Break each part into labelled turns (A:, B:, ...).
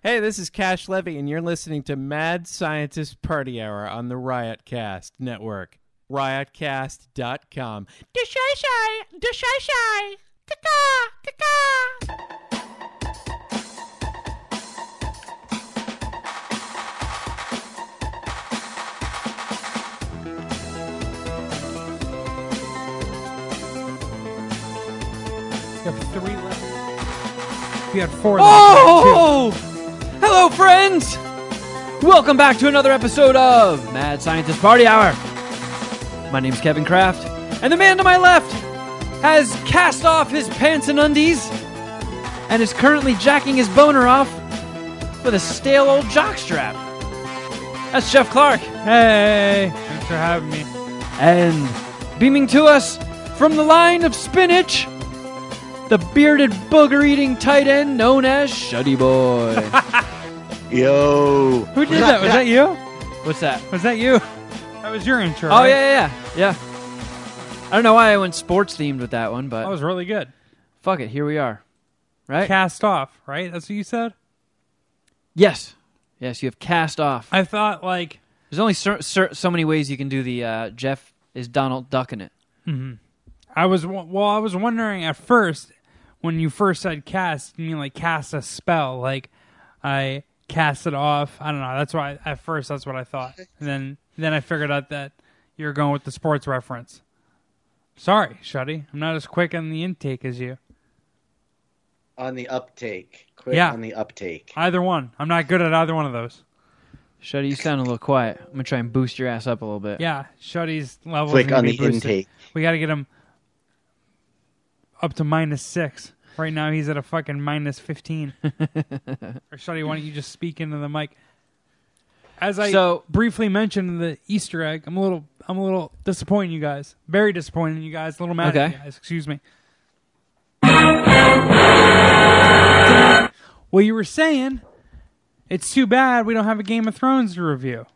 A: Hey, this is Cash Levy, and you're listening to Mad Scientist Party Hour on the Riotcast Network. Riotcast.com. Dishay-shay! Dishay-shay! Ka-ka! Ka-ka!
B: You have three left. If you had four
C: Oh! Hello, friends! Welcome back to another episode of Mad Scientist Party Hour. My name's Kevin Kraft, and the man to my left has cast off his pants and undies and is currently jacking his boner off with a stale old jockstrap. That's Jeff Clark.
B: Hey, thanks for having me.
C: And beaming to us from the line of spinach, the bearded booger eating tight end known as Shuddy Boy.
D: Yo.
B: Who did that? Was that you?
C: What's that?
B: Was that you? That was your intro.
C: Oh
B: right?
C: yeah, yeah, yeah. yeah. I don't know why I went sports themed with that one, but
B: That was really good.
C: fuck it, here we are. Right?
B: Cast off, right? That's what you said?
C: yes, yes. You have cast off.
B: I thought, like,
C: There's only cer- cer- so many ways you can do the uh, Jeff is Donald ducking it.
B: I was, wo- well, I was wondering at first when you first said cast, you mean like cast a spell. Like, I cast it off. I don't know. That's why, at first, that's what I thought. And then, then I figured out that you're going with the sports reference. Sorry, Shuddy. I'm not as quick on the intake as you.
D: On the uptake. Quick
B: Yeah.
D: on the uptake.
B: Either one. I'm not good at either one of those.
C: Shuddy, you sound a little quiet. I'm gonna try and boost your ass up a little bit.
B: Yeah, Shuddy's level.
D: Click on the intake.
B: We got to get him up to minus six. Right now, he's at a fucking minus fifteen. or Shuddy, why don't you just speak into the mic? As I
C: So-
B: briefly mentioned the Easter egg, I'm a little, I'm a little disappointed in you guys. Very disappointed in you guys. A little mad at
C: Okay.
B: you guys. Excuse me. Well, you were saying it's too bad we don't have a Game of Thrones to review.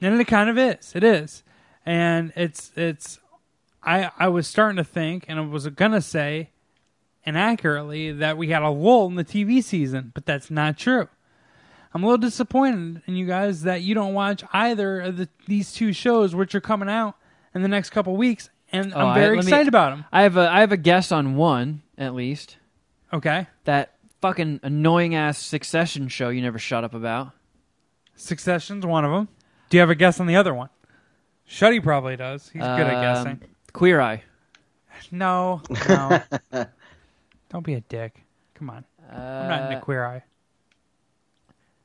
B: And it kind of is. It is. And it's it's I I was starting to think and I was gonna say and accurately that we had a lull in the TV season, but that's not true. I'm a little disappointed in you guys that you don't watch either of the, these two shows which are coming out in the next couple weeks and
C: Oh,
B: I'm
C: I-
B: very
C: let me-
B: excited about 'em.
C: I have a I have a guess on one at least.
B: about them. Okay.
C: That fucking annoying ass Succession show you never shut up about.
B: Succession's one of them. Do you have a guess on the other one? Shuddy probably does. He's good at
C: Um,
B: guessing.
C: Queer Eye.
B: No, no. Don't be a dick. Come on.
C: Uh,
B: I'm not into queer eye.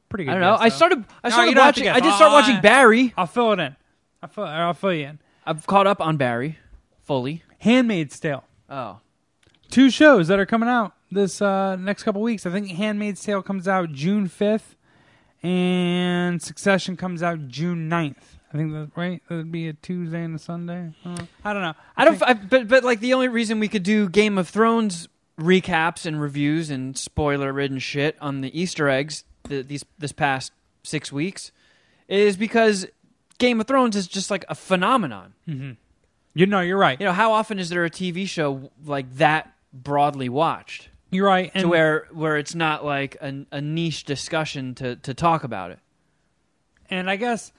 B: Pretty good.
C: I don't know.
B: guess,
C: I
B: though.
C: started. I
B: No,
C: started
B: you don't have to
C: watching.
B: guess.
C: I did start
B: Oh,
C: watching
B: I-
C: Barry.
B: I'll fill it in. I'll fill, I'll fill you in.
C: I've caught up on Barry fully.
B: Handmaid's Tale.
C: Oh,
B: Two shows that are coming out this uh, next couple weeks. I think Handmaid's Tale comes out June 5th, and Succession comes out June 9th. I think that right. That'd be a Tuesday and a Sunday. Uh, I don't know.
C: I don't. I, but but like the only reason we could do Game of Thrones recaps and reviews and spoiler-ridden shit on the Easter eggs th these this past six weeks is because Game of Thrones is just like a phenomenon.
B: You know, you're right.
C: You know, how often is there a TV show like that broadly watched
B: You're right.
C: to
B: and-
C: where where it's not like a, a niche discussion to to talk about it?
B: and I guess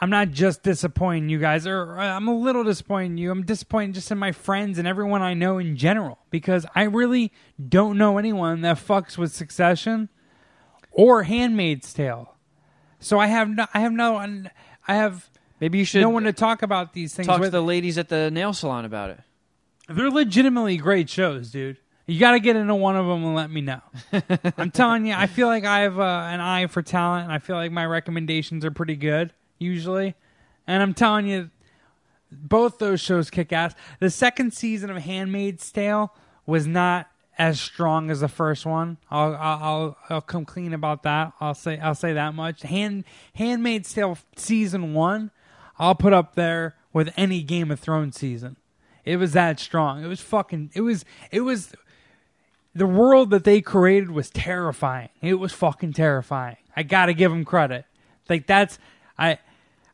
B: I'm not just disappointing you guys, or uh, I'm a little disappointing you. I'm disappointed just in my friends and everyone I know in general because I really don't know anyone that fucks with Succession or Handmaid's Tale. So I have no, I have no, one- I have
C: Maybe you should
B: no one to talk about these things
C: talk to
B: with.
C: the ladies at the nail salon about it.
B: They're legitimately great shows, dude. You got to get into one of them and let me know. I'm telling you, I feel like I have uh, an eye for talent, and I feel like my recommendations are pretty good usually. And I'm telling you, both those shows kick ass. The second season of Handmaid's Tale was not as strong as the first one. I'll I'll I'll, I'll come clean about that. I'll say I'll say that much. Hand Handmaid's Tale season one, I'll put up there with any Game of Thrones season. It was that strong. It was fucking. It was it was the world that they created was terrifying. It was fucking terrifying. I gotta give them credit. Like that's I.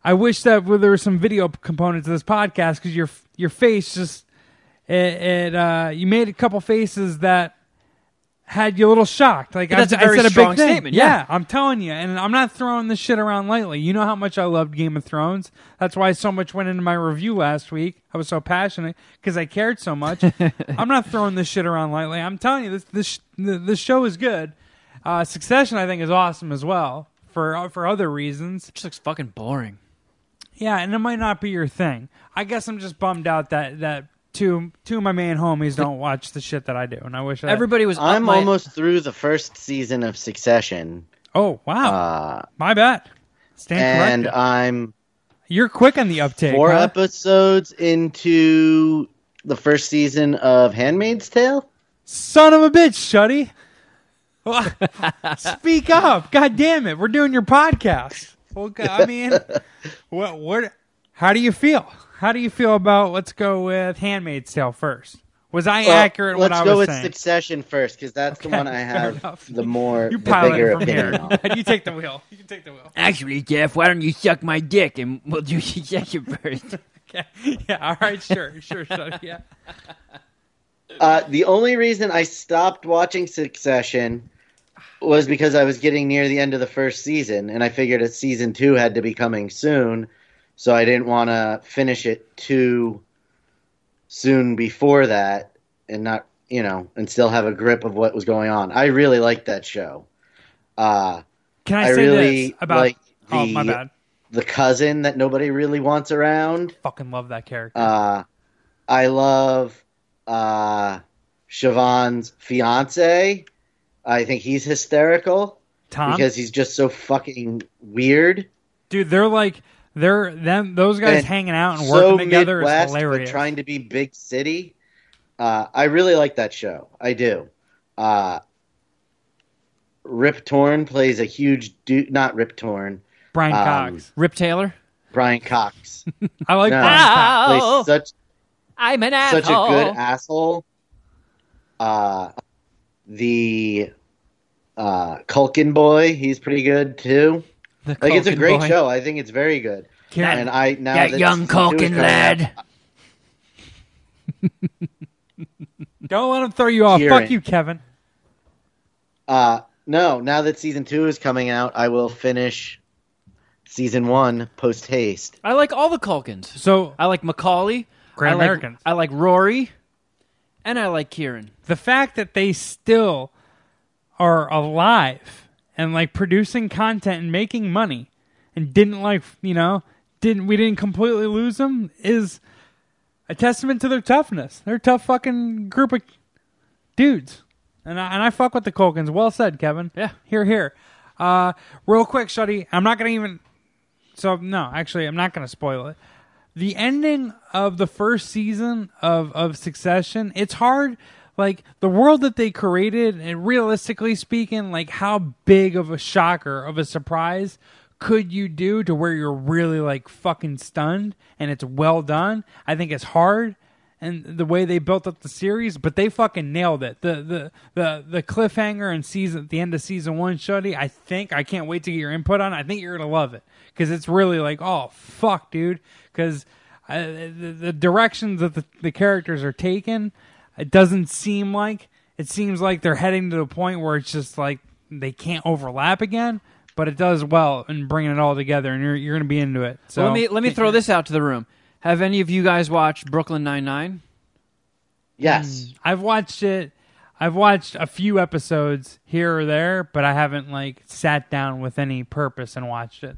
B: I wish that there was some video component to this podcast because your your face just it, it uh, you made a couple faces that had you a little shocked. Like
C: But that's
B: I,
C: a very
B: I said
C: strong
B: a big thing.
C: statement, yeah.
B: I'm telling you, and I'm not throwing this shit around lightly. You know how much I loved Game of Thrones. That's why so much went into my review last week. I was so passionate because I cared so much. I'm not throwing this shit around lightly. I'm telling you, this this sh- th- this show is good. Uh, Succession, I think, is awesome as well for uh, for other reasons.
C: just looks fucking boring.
B: Yeah, and it might not be your thing. I guess I'm just bummed out that that two two of my main homies don't watch the shit that I do, and I wish I
C: Everybody was. up
D: I'm
C: my-
D: almost through the first season of Succession,
B: Oh wow,
D: uh,
B: my bad. Stand
D: and
B: corrected.
D: I'm
B: You're quick on the uptake.
D: four
B: huh?
D: episodes into the first season of Handmaid's Tale.
B: Son of a bitch, Shuddy. Speak up. God damn it. We're doing your podcast. Well, g- I mean, what, what, how do you feel? How do you feel about, let's go with Handmaid's Tale first? Was I
D: Well,
B: accurate
D: Let's
B: what I
D: go
B: was
D: with
B: saying?
D: Succession first, because that's the
B: Okay,
D: one I
B: fair
D: have
B: enough.
D: the more
B: you
D: the
B: pile
D: bigger
B: it from
D: opinion
B: here.
D: on.
B: you take the wheel. You can take the wheel.
C: Actually, Jeff, why don't you suck my dick and we'll do succession first?
B: Okay. Yeah. All right. Sure. Sure. Shuddy. Yeah.
D: Uh, the only reason I stopped watching Succession was because I was getting near the end of the first season, and I figured a season two had to be coming soon, so I didn't want to finish it too soon before that, and not you know, and still have a grip of what was going on. I really liked that show. Uh,
B: Can I,
D: I,
B: say
D: really
B: this about,
D: like the
B: oh, my bad.
D: the cousin that nobody really wants around.
B: Fucking love that character.
D: Uh, I love uh, Siobhan's fiance. I think he's hysterical
B: Tom?
D: because he's just so fucking weird.
B: dude they're like they're them those guys
D: And
B: hanging out and
D: so
B: working together
D: Midwest,
B: is
D: but
B: hilarious
D: trying to be big city. Uh, I really like that show. I do. Uh, Rip Torn plays a huge dude. Not Rip Torn.
B: brian
D: um,
B: cox
C: Rip Taylor?
D: Brian Cox
B: i like
D: no.
B: brian cox
D: plays such
C: Oh. I'm an
D: such a
C: asshole.
D: good asshole. Uh, the uh, Culkin boy, he's pretty good too.
C: The
D: Like it's a
C: Culkin
D: great
C: boy.
D: show. I think it's very good.
B: Karen,
D: and I now
C: That
D: that
C: young
D: season two is
C: Culkin
D: coming
C: lad.
D: out,
B: don't let him throw you off
D: Kieran.
B: fuck you kevin
D: Uh, no, now that season two is coming out, I will finish season one post haste.
C: I like all the Culkins.
B: so
C: I like Macaulay.
B: Great
C: I like,
B: Americans.
C: I like Rory. And I like Kieran.
B: the fact that they still are alive and like producing content and making money and didn't like you know didn't we didn't completely lose them is a testament to their toughness they're a tough fucking group of dudes and I, and I fuck with the Colkins. Well said, Kevin.
C: Yeah.
B: Here, here. Uh, real quick, Shuddy. I'm not gonna even. So no, actually, I'm not gonna spoil it. The ending of the first season of of Succession. It's hard. Like the world that they created, and realistically speaking, like how big of a shocker of a surprise could you do to where you're really like fucking stunned and it's well done? I think it's hard and the way they built up the series, but they fucking nailed it. The the the the cliffhanger and season at the end of season one, Shuddy, I think I can't wait to get your input on. it. I think you're gonna love it because it's really like, oh fuck, dude, because the, the directions that the, the characters are taken, it doesn't seem like it seems like they're heading to the point where it's just like they can't overlap again. But it does well in bringing it all together, and you're you're gonna be into it. So
C: let me let me throw this out to the room. Have any of you guys watched Brooklyn Nine Nine? Hmm.
D: Yes,
B: I've watched it. I've watched a few episodes here or there, but I haven't like sat down with any purpose and watched it.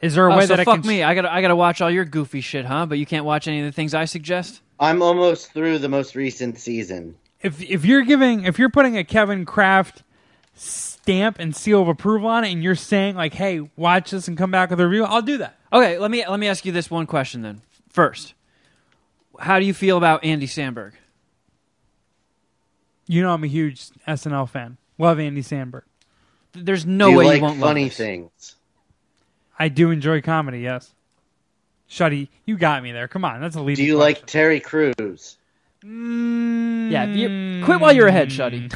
B: Is there a
C: Oh,
B: way
C: so
B: that I
C: fuck
B: can?
C: me. I gotta I gotta watch all your goofy shit, huh? But you can't watch any of the things I suggest.
D: I'm almost through the most recent season.
B: If if you're giving, if you're putting a Kevin Kraft stamp and seal of approval on it, and you're saying like, "Hey, watch this and come back with a review," I'll do that.
C: Okay, let me let me ask you this one question then. First, how do you feel about Andy Samberg?
B: You know, I'm a huge SNL fan. Love Andy Sandberg.
C: Th- There's no
D: Do you
C: way
D: like
C: you won't
D: funny
C: love this.
D: things?
B: I do enjoy comedy. Yes. Shuddy, you got me there. Come on, that's a lead.
D: Do you like Terry Crews?
C: Yeah, you, quit while you're ahead, Shuddy.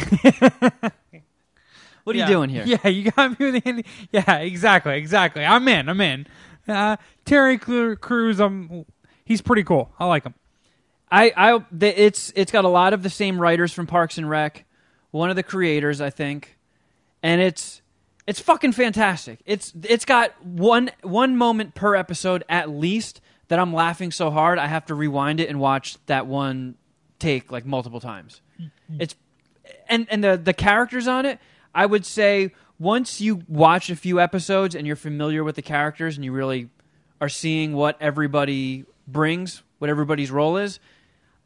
C: what are you
B: Yeah.
C: doing here?
B: Yeah, you got me with Andy. Yeah, exactly, exactly. I'm in. I'm in. Uh, Terry Clu- Crews, um, he's pretty cool. I like him.
C: I, I, the, it's it's got a lot of the same writers from Parks and Rec, one of the creators, I think, and it's it's fucking fantastic. It's it's got one one moment per episode at least that I'm laughing so hard I have to rewind it and watch that one take like multiple times. Hmm. It's and and the the characters on it, I would say once you watch a few episodes and you're familiar with the characters and you really are seeing what everybody brings, what everybody's role is,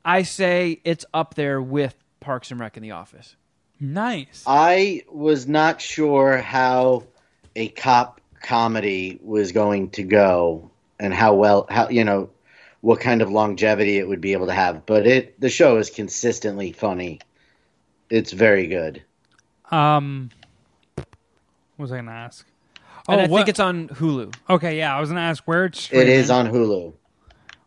C: I say it's up there with Parks and Rec in The Office.
B: Nice.
D: I was not sure how a cop comedy was going to go and how well how you know what kind of longevity it would be able to have, but it the show is consistently funny. It's very good.
B: Um, what was I gonna ask?
C: And I
B: Oh, what-
C: think it's on Hulu.
B: okay. Yeah, I was gonna ask where it's.
C: Oh,
D: It is
B: streaming.
D: on Hulu.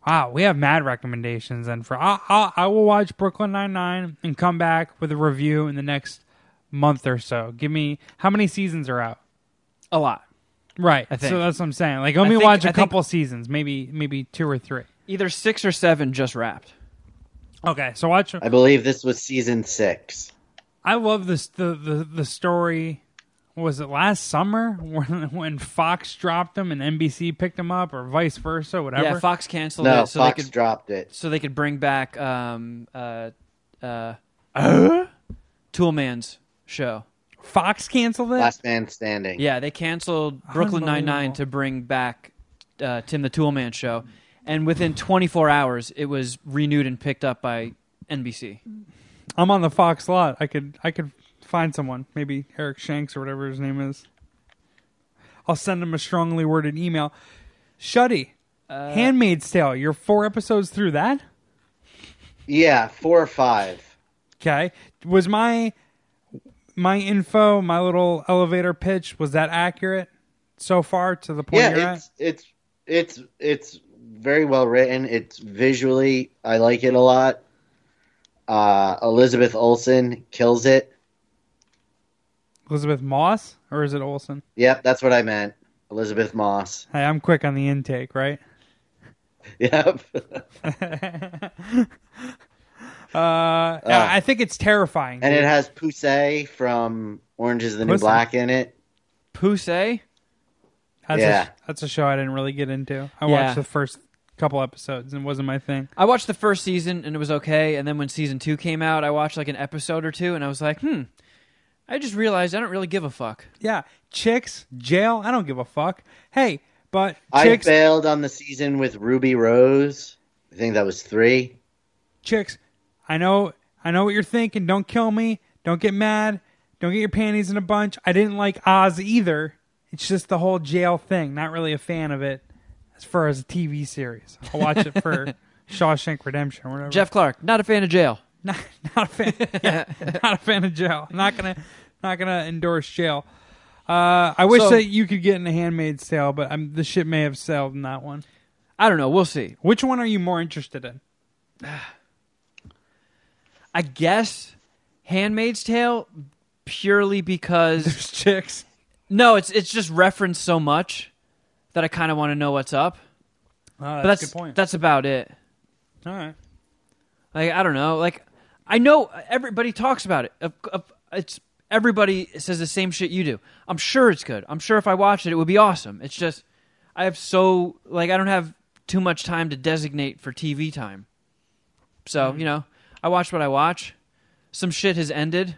B: Wow, we have mad recommendations. And for I, I, I will watch Brooklyn Nine Nine and come back with a review in the next month or so. Give me how many seasons are out?
C: A lot.
B: Right.
C: think.
B: So that's what I'm saying. Like, let me
C: think-
B: watch a
C: I think-
B: couple seasons, maybe maybe two or three.
C: Either six or seven just wrapped.
B: Okay, so watch.
D: I believe this was season six.
B: I love this the the, the story. what Was it last summer when when Fox dropped them and NBC picked them up, or vice versa, whatever?
C: Yeah, Fox canceled
D: No,
C: it so
D: Fox
C: they could
D: dropped it.
C: so they could bring back um uh uh Toolman's show.
B: Fox canceled it.
D: Last Man Standing.
C: Yeah, they canceled Brooklyn Nine Nine to bring back uh, Tim the Toolman show, and within 24 hours, it was renewed and picked up by NBC.
B: I'm on the Fox lot. I could I could find someone, maybe Eric Shanks or whatever his name is. I'll send him a strongly worded email. Shuddy,
D: Uh,
B: Handmaid's Tale. You're four episodes through that.
D: Yeah, four or five.
B: Okay, was my my info, my little elevator pitch, was that accurate so far to the point
D: yeah,
B: you're at?
D: it's it's it's it's very well written. It's visually I like it a lot. Uh, Elizabeth Olsen kills it.
B: Elizabeth Moss or is it Olsen?
D: Yep, that's what I meant. Elizabeth Moss.
B: Hey, I'm quick on the intake, right?
D: Yep.
B: Uh, I I think it's terrifying.
D: and
B: dude.
D: it has Poussey from Orange is the New
B: Pussy.
D: Black in it.
C: Poussey?
B: that's,
D: yeah.
B: a, that's a show I didn't really get into. I
C: Yeah.
B: watched the first couple episodes and it wasn't my thing.
C: I watched the first season and it was okay, and then when season two came out, I watched like an episode or two, and I was like, hmm. I just realized I don't really give a fuck.
B: Yeah, chicks, jail. I don't give a fuck. Hey, but
D: I
B: chicks,
D: failed on the season with Ruby Rose. I think that was three.
B: chicks. I know, I know what you're thinking. Don't kill me. Don't get mad. Don't get your panties in a bunch. I didn't like Oz either. It's just the whole jail thing. Not really a fan of it as far as a TV series. I'll watch it for Shawshank Redemption or whatever.
C: Jeff Clark, not a fan of jail.
B: not, not a fan. yeah, not a fan of jail. Not gonna, not gonna endorse jail. Uh, I wish
C: So-
B: that you could get in a handmade sale, but I'm, the ship may have sailed in that one.
C: I don't know. We'll see.
B: Which one are you more interested in?
C: I guess Handmaid's Tale purely because
B: There's chicks.
C: no, it's it's just referenced so much that I kind of want to know what's up. But
B: Oh, that's,
C: that's
B: a good point.
C: that's about it.
B: All right.
C: Like I don't know. Like I know everybody talks about it. Of- of- It's everybody says the same shit you do. I'm sure it's good. I'm sure if I watched it, it would be awesome. It's just I have so like I don't have too much time to designate for TV time. So
B: Mm-hmm.
C: you know, I watch what I watch. Some shit has ended,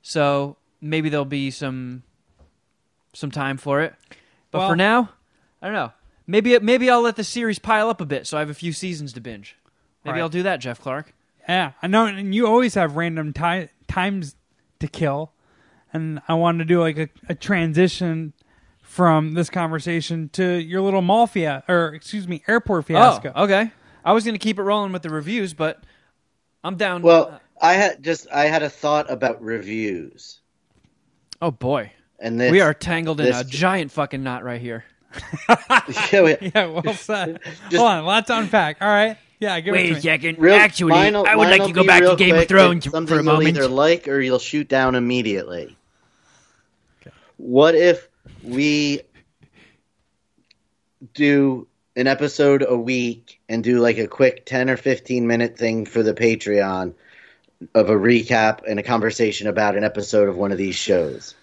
C: so maybe there'll be some some time for it. But
B: Well-
C: for now, I don't know. Maybe it, maybe I'll let the series pile up a bit, so I have a few seasons to binge. Maybe
B: Right.
C: I'll do that, Jeff Clark.
B: Yeah, I know. And you always have random ti- times to kill, and I wanted to do like a, a transition from this conversation to your little mall fia- or excuse me, airport fiasco.
C: Oh, okay. I was going to keep it rolling with the reviews, but I'm down.
D: Well, I had just I had a thought about reviews,
C: oh boy,
D: and this
C: we are tangled in
D: this-
C: a giant fucking knot right here.
D: Yeah, we-
B: Yeah, well said.
D: Just-
B: Hold on, lots to unpack. All right. Yeah, give it to me.
C: second.
D: Real, mine will- mine will be real quick, but something You'll either like or you'll shoot down immediately. What if we do an episode a week and do like a quick ten or fifteen minute thing for the Patreon of a recap and a conversation about an episode of one of these shows.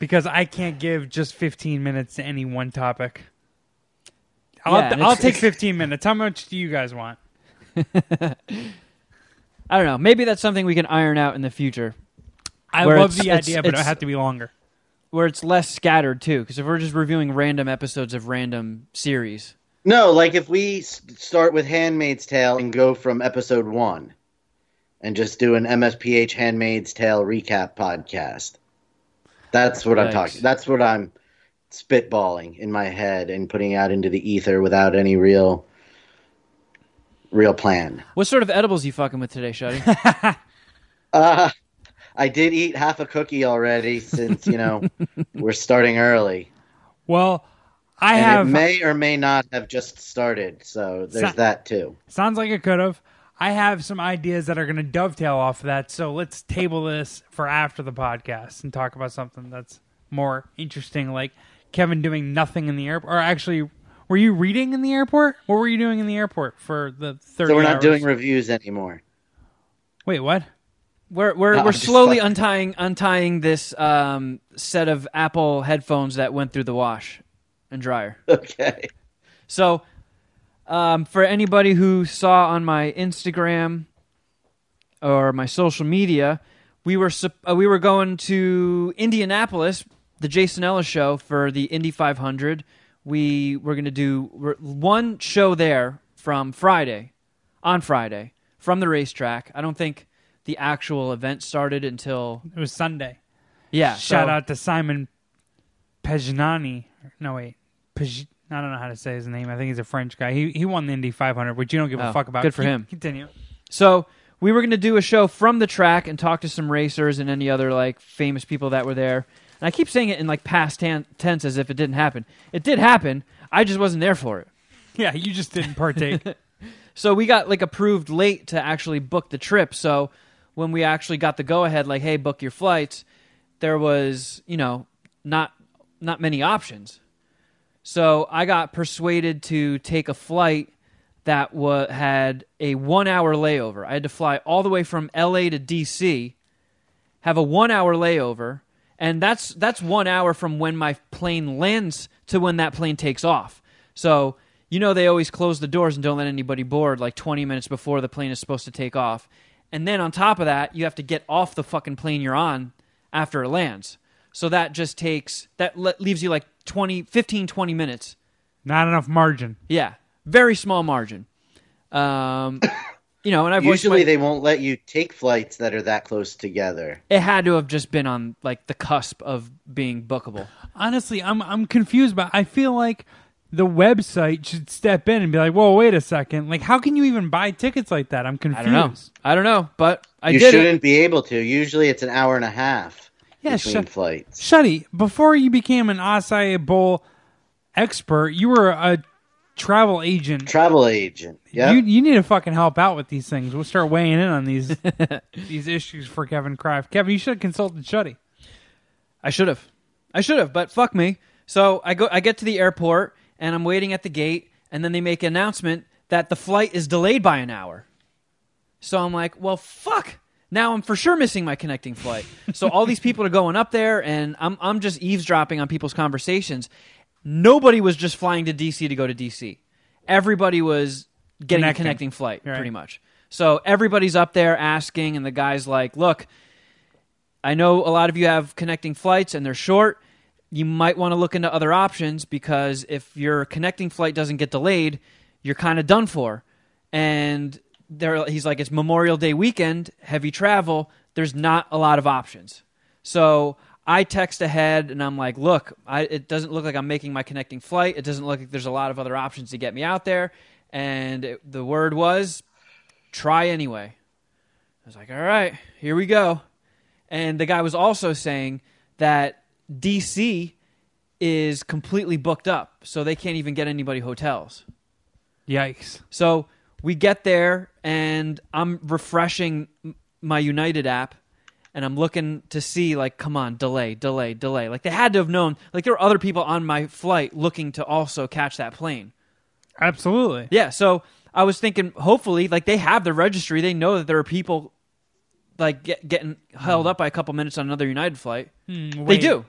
B: because I can't give just 15 minutes to any one topic. I'll,
C: Yeah, and
B: I'll
C: it's-
B: take
C: it's-
B: 15 minutes. How much do you guys want?
C: I don't know. Maybe that's something we can iron out in the future,
B: I
C: Where
B: love
C: it's-
B: the
C: it's-
B: idea, but it
C: it's-
B: have to be longer.
C: where it's less scattered too. Because if we're just reviewing random episodes of random series,
D: No, like if we s- start with Handmaid's Tale and go from episode one and just do an MSPH Handmaid's Tale recap podcast. That's what I'm
C: Yikes.
D: talking. That's what I'm spitballing in my head and putting out into the ether without any real real plan.
C: what sort of edibles you fucking with today, Shuddy?
D: Uh I did eat half a cookie already since, you know, we're starting early.
B: Well, I
D: And
B: have.
D: it may or may not have just started, so there's
B: So-
D: that too.
B: sounds like it could have. I have some ideas that are going to dovetail off of that. So let's table this for after the podcast and talk about something that's more interesting, like Kevin doing nothing in the airport. Or actually, were you reading in the airport? What were you doing in the airport for the 30
D: So we're not
B: hours?
D: doing reviews anymore.
B: Wait, what?
C: We're we're,
D: No, I'm
C: we're
D: just
C: slowly
D: fucking-
C: untying untying this um, set of Apple headphones that went through the wash and dryer.
D: Okay.
C: So, um, for anybody who saw on my Instagram or my social media, we were sup- uh, we were going to Indianapolis, the Jason Ellis show for the Indy 500. We were going to do we're- one show there from Friday, on Friday from the racetrack. I don't think the actual event started until
B: It was Sunday.
C: yeah.
B: Shout
C: so-
B: out to Simon Pejnani. No, wait. Pej- I don't know how to say his name. I think he's a French guy. He he won the Indy 500, which you don't give a
C: Oh,
B: fuck about.
C: good for
B: Keep-
C: him.
B: Continue.
C: So we were going to do a show from the track and talk to some racers and any other like famous people that were there. And I keep saying it in like past ten- tense as if it didn't happen. It did happen. I just wasn't there for it.
B: Yeah, you just didn't partake.
C: So we got like approved late to actually book the trip. So when we actually got the go ahead, like, hey, book your flights, there was you know not not many options. So I got persuaded to take a flight that wa- had a one hour layover. I had to fly all the way from L.A. to D.C. have a one hour layover and that's that's one hour from when my plane lands to when that plane takes off so you know they always close the doors and don't let anybody board like 20 minutes before the plane is supposed to take off and then on top of that you have to get off the fucking plane you're on after it lands so that just takes that le- leaves you like 20 15 20 minutes
B: Not enough margin.
C: yeah very small margin um you know and i've voiced
D: Usually
C: my-
D: they won't let you take flights that are that close together.
C: it had to have just been on like the cusp of being bookable
B: Honestly, I'm I'm confused, but I feel like the website should step in and be like, "Whoa, wait a second! Like, how can you even buy tickets like that?"
C: I
B: I'm confused.
C: don't know. I don't know, but I
D: you
C: did
D: shouldn't
C: it.
D: be able to. Usually it's an hour and a half
B: Yeah,
D: between
B: shut-
D: flights.
B: Shuddy, before you became an acai bowl expert, you were a travel agent
D: Travel agent. Yeah.
B: You you need to fucking help out with these things. We'll start weighing in on these these issues for Kevin Kraft. Kevin, you should have consulted Shuddy.
C: I should have. I should have, but fuck me. So I go. I get to the airport and I'm waiting at the gate, and then they make an announcement that the flight is delayed by an hour. So I'm like, well, fuck. Now I'm for sure missing my connecting flight. so all these people are going up there, and I'm I'm just eavesdropping on people's conversations. Nobody was just flying to DC to go to DC. Everybody was getting
B: Connecting.
C: a connecting flight,
B: Right.
C: pretty much. So everybody's up there asking, and the guy's like, look, I know a lot of you have connecting flights and they're short. You might want to look into other options because if your connecting flight doesn't get delayed, you're kind of done for. And there, he's like, it's Memorial Day weekend, heavy travel. There's not a lot of options. So I text ahead and I'm like, look, I, it doesn't look like I'm making my connecting flight. It doesn't look like there's a lot of other options to get me out there. And it, the word was, try anyway. I was like, all right, here we go. And the guy was also saying that DC is completely booked up, so they can't even get anybody hotels.
B: Yikes!
C: So we get there, and I'm refreshing m- my United app, and I'm looking to see, like, come on, delay, delay, delay. Like, they had to have known, like, there were other people on my flight looking to also catch that plane.
B: Absolutely.
C: Yeah, so I was thinking, hopefully, like they have the registry. They know that there are people like get, getting held up by a couple minutes on another United flight.
B: Mm,
C: They
B: wait,
C: do.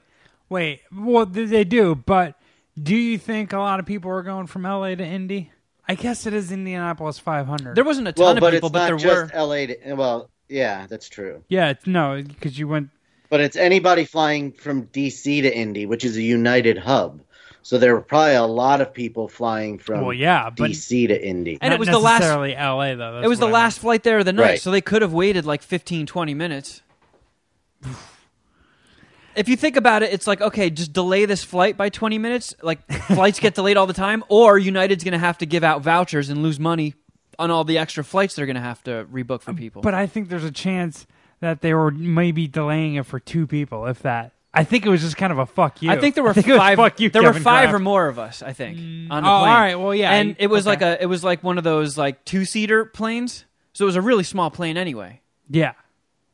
B: Wait, well, th- they do, but do you think a lot of people are going from LA to Indy? I guess it is Indianapolis 500.
C: There wasn't a ton
D: Well,
C: of
D: but
C: people,
D: it's
C: but
D: not
C: there were.
D: just LA. To, well, yeah, that's true.
B: yeah, it's- no, because you went.
D: But it's anybody flying from DC to Indy, which is a United hub. So there were probably a lot of people flying from
B: Well, yeah, but
D: DC to Indy.
C: And it
B: not
C: was the last-
B: necessarily LA though. That's
C: It was the
B: what I meant.
C: last flight there of the night,
D: Right.
C: so they could have waited like 15, 20 minutes. if you think about it, it's like, okay, just delay this flight by 20 minutes. Like, flights get delayed all the time, or United's going to have to give out vouchers and lose money on all the extra flights they're going to have to rebook for people.
B: But I think there's a chance that they were maybe delaying it for two people, if that. I think it was just kind of a fuck you.
C: I think there were
B: it was
C: five.
B: fuck you,
C: there were
B: Kevin
C: five
B: Kraft.
C: or more of us. I think on the
B: oh,
C: plane.
B: all right, well, yeah,
C: and
B: you-
C: it was
B: okay.
C: like a it was like one of those like two seater planes, so it was a really small plane anyway.
B: Yeah,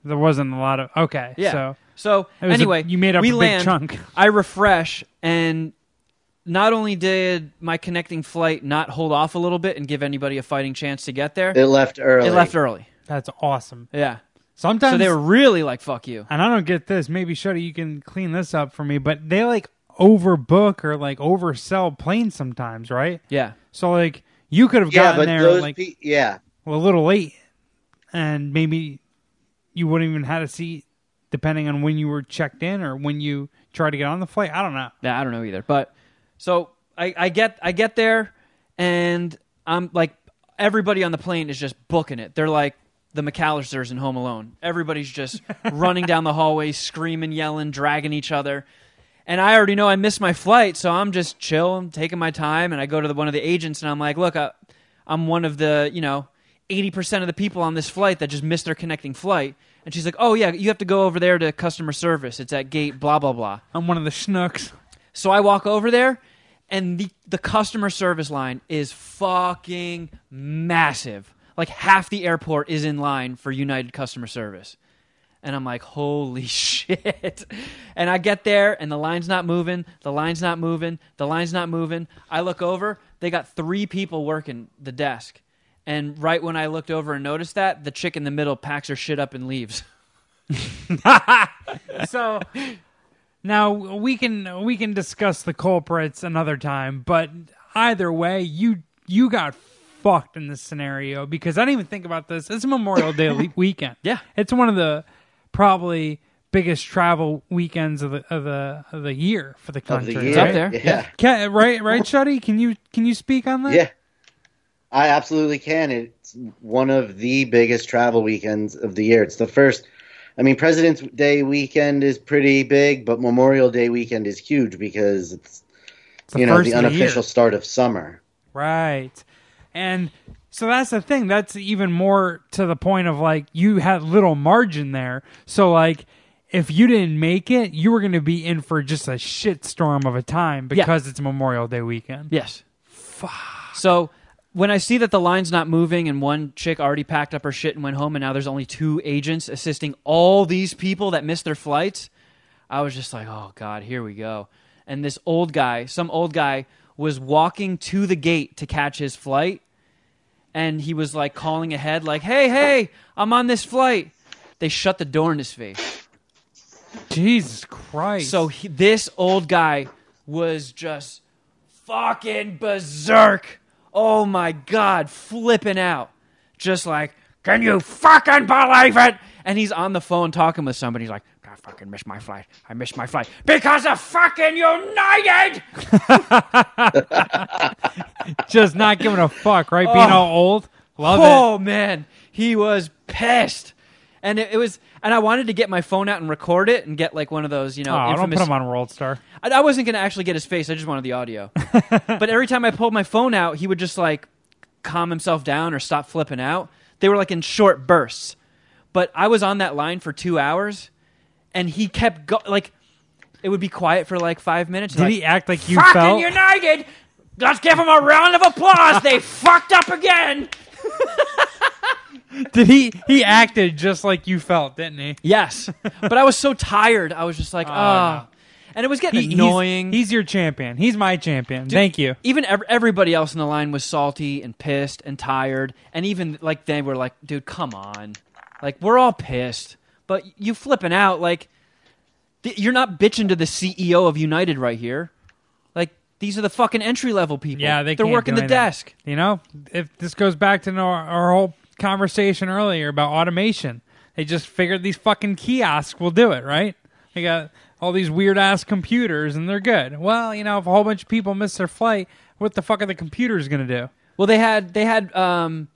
B: there wasn't a lot of okay.
C: Yeah.
B: So
C: So
B: It was a-
C: anyway,
B: you made up
C: we
B: a big
C: land,
B: chunk.
C: I refresh, and not only did my connecting flight not hold off a little bit and give anybody a fighting chance to get there,
D: It left early.
C: it left early.
B: that's awesome.
C: Yeah.
B: Sometimes
C: So they were really like, "Fuck you."
B: and I don't get this. Maybe Shuddy, you can clean this up for me. But they like overbook or like oversell planes sometimes, right?
C: Yeah.
B: So like you could have
D: Yeah,
B: gotten
D: but
B: there
D: those
B: like
D: pe- yeah,
B: a little late, and maybe you wouldn't even had a seat, depending on when you were checked in or when you tried to get on the flight. I don't know.
C: Yeah, I don't know either. But so I, I get I get there and I'm like everybody on the plane is just booking it. They're like the McAllisters in Home Alone. Everybody's just running down the hallway, screaming, yelling, dragging each other. And I already know I missed my flight, so I'm just chill. I'm taking my time, and I go to the, one of the agents, and I'm like, "Look, I, I'm one of the you know 80% of the people on this flight that just missed their connecting flight." And she's like, "Oh yeah, you have to go over there to customer service. It's at gate blah blah blah."
B: I'm one of the schnooks.
C: So I walk over there, and the, the customer service line is fucking massive. Like half the airport is in line for United customer service. And I'm like, holy shit. And I get there, and the line's not moving. The line's not moving. The line's not moving. I look over, they got three people working the desk. And right when I looked over and noticed that, the chick in the middle packs her shit up and leaves.
B: so now we can we can discuss the culprits another time but either way you you got fucked in this scenario because i didn't even think about this it's memorial day le- weekend
C: Yeah.
B: it's one of the probably biggest travel weekends of the of the, of the year for the
D: of
B: country
D: the year.
C: It's up there.
D: Yeah,
B: Can, right right shuddy can you can you speak on that
D: yeah. I absolutely can. It's one of the biggest travel weekends of the year. It's the first. I mean, President's Day weekend is pretty big, but Memorial Day weekend is huge because it's,
B: It's the
D: you know
B: first
D: the
B: of the year.
D: unofficial start of summer.
B: Right. And so that's the thing. That's even more to the point of like you had little margin there. So like if you didn't make it, you were going to be in for just a shitstorm of a time because it's Memorial Day weekend.
C: Yes. Fuck. So when I see that the line's not moving and one chick already packed up her shit and went home, and now there's only two agents assisting all these people that missed their flights, I was just like, oh God, here we go. And this old guy, some old guy, was walking to the gate to catch his flight, and he was like calling ahead, like, hey, hey, I'm on this flight. They shut the door in his face.
B: Jesus Christ.
C: So he, this old guy was just fucking berserk. Oh my god, flipping out. Just like, can you fucking believe it? And he's on the phone talking with somebody. He's like, I fucking missed my flight. I missed my flight because of fucking United.
B: just not giving a fuck, right? Being all old. Love it.
C: oh man, he was pissed. And it, it was, and I wanted to get my phone out and record it and get like one of those, you know,
B: Oh, don't
C: infamous
B: put him on World Star.
C: I, I wasn't gonna actually get his face. I just wanted the audio. but every time I pulled my phone out, he would just like calm himself down or stop flipping out. They were like in short bursts. But I was on that line for two hours, and he kept go- like it would be quiet for like five minutes.
B: Did
C: like,
B: he act like you
C: fucking
B: felt?
C: United? Let's give him a round of applause. they fucked up again.
B: Did he? He acted just like you felt, didn't he?
C: Yes, but I was so tired. I was just like, ah. And it was getting
B: Oh, He- he's-
C: annoying.
B: He's, your champion. He's my champion. Thank you.
C: even ev- everybody else in the line was salty and pissed and tired and even like they were like dude come on Like we're all pissed, but you flipping out like th- you're not bitching to the CEO of United right here. Like these are the fucking entry level people.
B: Yeah, they
C: they're
B: can't
C: working
B: do
C: the
B: anything.
C: desk.
B: You know, if this goes back to our, our whole conversation earlier about automation, they just figured these fucking kiosks will do it, right? They got all these weird ass computers and they're good. Well, you know, if a whole bunch of people miss their flight, what the fuck are the computers going to do?
C: Well, they had they had um,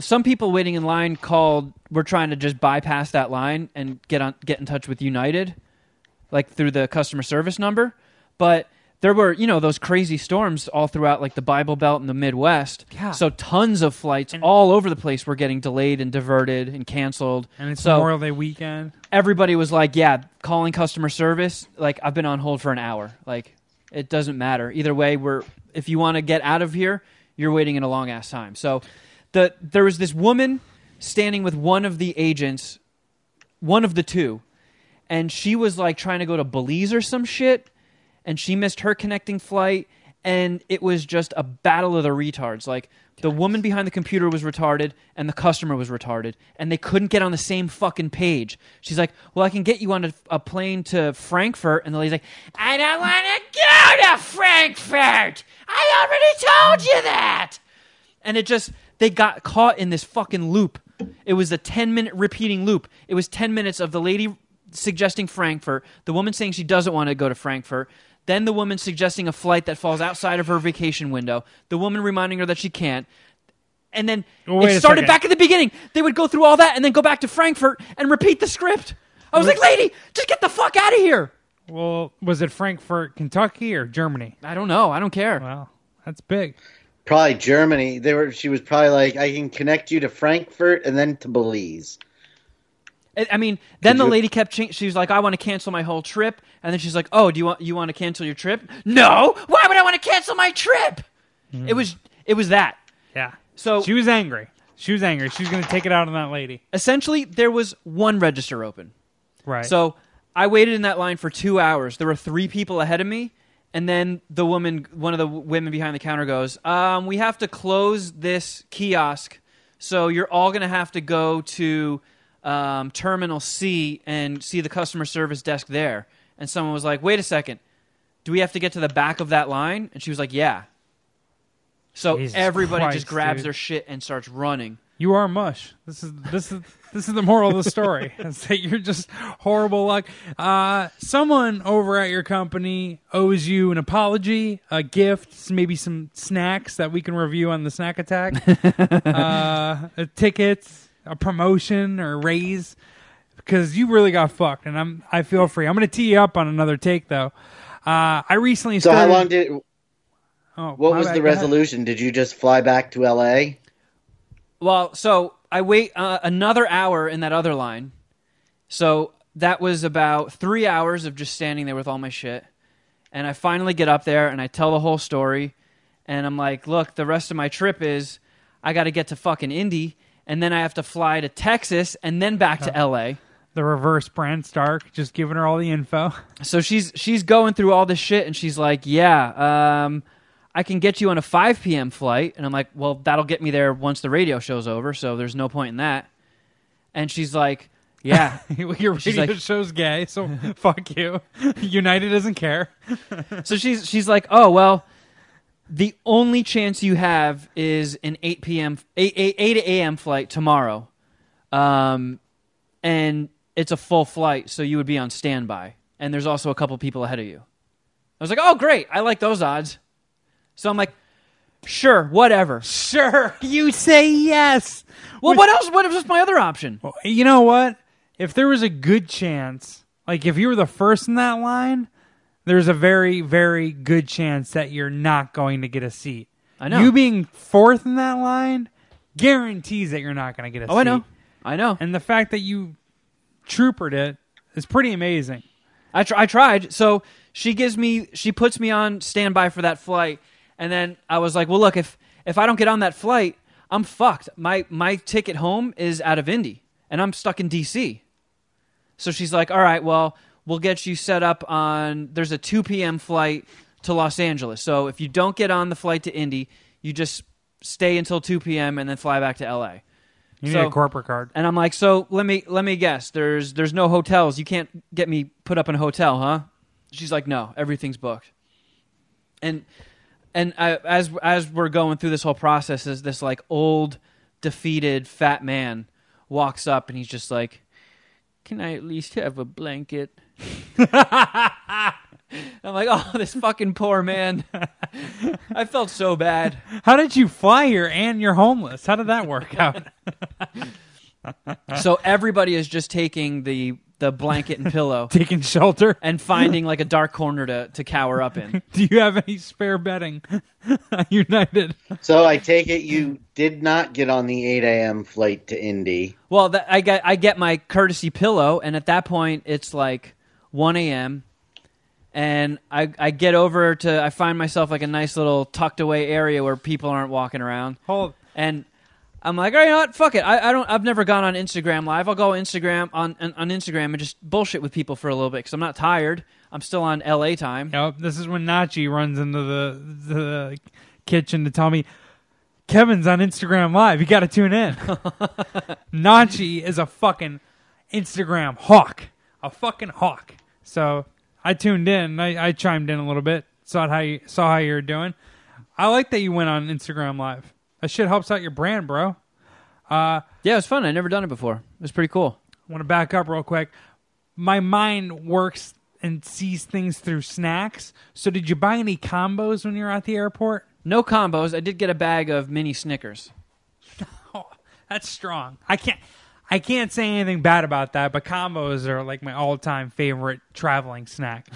C: some people waiting in line called. We're trying to just bypass that line and get on get in touch with United, like through the customer service number. But there were you know those crazy storms all throughout like the Bible Belt and the Midwest.
B: Yeah.
C: So tons of flights all over the place were getting delayed and diverted and canceled.
B: And it's
C: so
B: Memorial Day weekend.
C: everybody was like, "Yeah, calling customer service. Like I've been on hold for an hour. Like it doesn't matter either way. We're if you want to get out of here, you're waiting in a long ass time." So, the there was this woman standing with one of the agents, one of the two, and she was like trying to go to Belize or some shit, and she missed her connecting flight, and it was just a battle of the retards. Like the woman behind the computer was retarded, and the customer was retarded, and they couldn't get on the same fucking page. She's like, "Well, I can get you on a, a plane to Frankfurt," and the lady's like, "I don't want to go to Frankfurt. I already told you that." and it just they got caught in this fucking loop. It was a 10 minute repeating loop. It was 10 minutes of the lady suggesting Frankfurt, the woman saying she doesn't want to go to Frankfurt, then the woman suggesting a flight that falls outside of her vacation window, the woman reminding her that she can't. And then
B: Well, wait
C: it
B: a
C: started
B: second.
C: back at the beginning. They would go through all that and then go back to Frankfurt and repeat the script. I was like, "Lady, just get the fuck out of here."
B: Well, was it Frankfurt, Kentucky or Germany?
C: I don't know. I don't care.
B: Wow, that's big.
D: Probably Germany. They were. She was probably like, I can connect you to Frankfurt and then to Belize.
C: I I mean, then
D: Could
C: the
D: you-
C: lady kept. Cha- she was like, "I want to cancel my whole trip," and then she's like, "Oh, do you want you want to cancel your trip?" No, why would I want to cancel my trip? It was it was that.
B: Yeah.
C: So
B: She was angry. She was angry. She was going to take it out on that lady.
C: essentially, there was one register open.
B: Right.
C: So I waited in that line for two hours. There were three people ahead of me, and then the woman, one of the w- women behind the counter, goes, um, "We have to close this kiosk, so you're all going to have to go to um, Terminal C and see the customer service desk there." And someone was like, "Wait a second, do we have to get to the back of that line?" And she was like, "Yeah." So
B: Jesus
C: everybody
B: Christ,
C: just grabs
B: dude.
C: their shit and starts running.
B: You are mush. This is this is this is the moral of the story. It's that you're just horrible luck. Uh, someone over at your company owes you an apology, a gift, maybe some snacks that we can review on the snack attack, uh, a ticket, a promotion, or a raise, because you really got fucked. And I'm I feel free. I'm going to tee you up on another take though. Uh, I recently
D: So
B: started.
D: how long did?
B: oh,
D: What
B: my
D: was
B: bad.
D: the
B: Go ahead.
D: resolution? Did you just fly back to L.A.?
C: Well, so I wait uh, another hour in that other line. So that was about three hours of just standing there with all my shit. And I finally get up there and I tell the whole story. And I'm like, look, the rest of my trip is I got to get to fucking Indy. And then I have to fly to Texas and then back to LA.
B: The reverse brand Stark, just giving her all the info.
C: So she's she's going through all this shit and she's like, "Yeah, um, I can get you on a 5 p.m. flight." And I'm like, "Well, that'll get me there once the radio show's over, so there's no point in that." And she's like, "Yeah."
B: Your radio
C: She's like-
B: show's gay, so fuck you. United doesn't care.
C: so she's she's like, "Oh well, the only chance you have is an 8 p.m. 8 8, 8 a.m. flight tomorrow, um, and it's a full flight, so you would be on standby. And there's also a couple people ahead of you." I was like, "Oh great, I like those odds." So I'm like, "Sure, whatever."
B: Sure, you say yes.
C: Well, what else? What was my other option?
B: You know what? If there was a good chance, like if you were the first in that line, there's a very, very good chance that you're not going to get a seat.
C: I know.
B: You being fourth in that line guarantees that you're not going to get a
C: Oh,
B: seat.
C: I know, I know.
B: And the fact that you troopered it is pretty amazing.
C: I, tr- I tried. So she gives me, she puts me on standby for that flight, and then I was like, well, look, if if I don't get on that flight, I'm fucked. My my ticket home is out of Indy, and I'm stuck in D.C. So she's like, all right, well, we'll get you set up on. There's a 2 p.m. flight to Los Angeles. So if you don't get on the flight to Indy, you just stay until 2 p.m. and then fly back to L.A.
B: You
C: So-
B: need a corporate card.
C: And I'm like, so let me let me guess. There's there's no hotels. You can't get me put up in a hotel, huh? She's like, no, everything's booked. And and I, as as we're going through this whole process, is this like old, defeated fat man walks up and he's just like, can I at least have a blanket? I'm like, oh, this fucking poor man. I felt so bad.
B: How did you fly here and you're homeless? How did that work out?
C: So everybody is just taking the the blanket and pillow.
B: Taking shelter?
C: and finding like a dark corner to, to cower up in.
B: Do you have any spare bedding? United.
D: So I take it you did not get on the 8 a.m. flight to Indy.
C: Well, that, I get I get my courtesy pillow, and at that point it's like 1 a.m. and I I get over to I find myself like a nice little tucked away area where people aren't walking around,
B: Hold.
C: and I'm like, all right, you know what? Fuck it. I, I don't. I've never gone on Instagram live. I'll go Instagram on on, on Instagram and just bullshit with people for a little bit because I'm not tired. I'm still on LA time.
B: Nope. This is when Nachi runs into the, the kitchen to tell me Kevin's on Instagram Live. You got to tune in. Nachi is a fucking Instagram hawk, a fucking hawk. So I tuned in. I, I chimed in a little bit. Saw how you saw how you were doing. I like that you went on Instagram Live. That shit helps out your brand, bro.
C: Yeah, it was fun. I never done it before. It was pretty cool.
B: want to back up real quick. My mind works and sees things through snacks. So, did you buy any combos when you were at the airport?
C: No combos. I did get a bag of mini Snickers.
B: Oh, that's strong. I can't. I can't say anything bad about that, but combos are like my all-time favorite traveling snack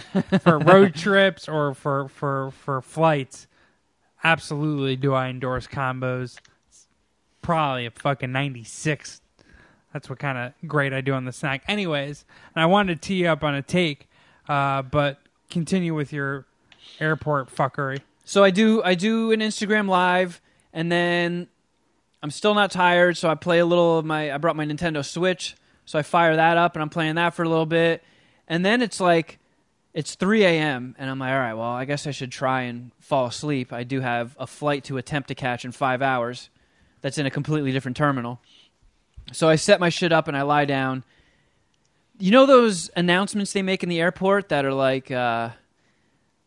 B: for road trips or for for for flights. Absolutely, do I endorse combos? Probably a fucking ninety-six. That's what kind of great I do on the snack. Anyways, and I wanted to tee you up on a take, uh, but continue with your airport fuckery.
C: So I do I do an Instagram live and then I'm still not tired, so I play a little of my I brought my Nintendo Switch, so I fire that up and I'm playing that for a little bit. And then it's like it's 3 a.m. and I'm like, all right, well, I guess I should try and fall asleep. I do have a flight to attempt to catch in five hours. That's in a completely different terminal. So I set my shit up and I lie down. You know those announcements they make in the airport that are like, uh,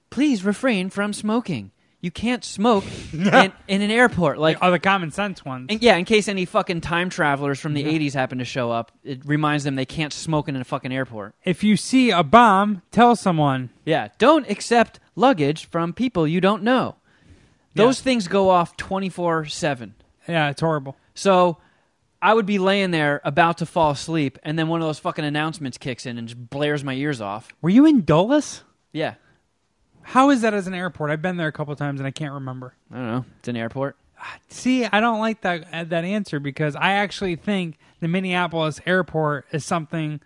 C: please refrain from smoking. You can't smoke in, in an airport. Like,
B: Oh, the common sense ones.
C: and yeah, in case any fucking time travelers from the 80s happen to show up, it reminds them they can't smoke in a fucking airport.
B: If you see a bomb, tell someone.
C: Yeah, don't accept luggage from people you don't know. Those things go off 24 7.
B: Yeah, it's horrible.
C: So I would be laying there about to fall asleep, and then one of those fucking announcements kicks in and just blares my ears off.
B: Were you in Dulles?
C: Yeah,
B: How is that as an airport? I've been there a couple times and I can't remember.
C: I don't know. It's an airport.
B: See, I don't like that uh, that answer because I actually think the Minneapolis airport is something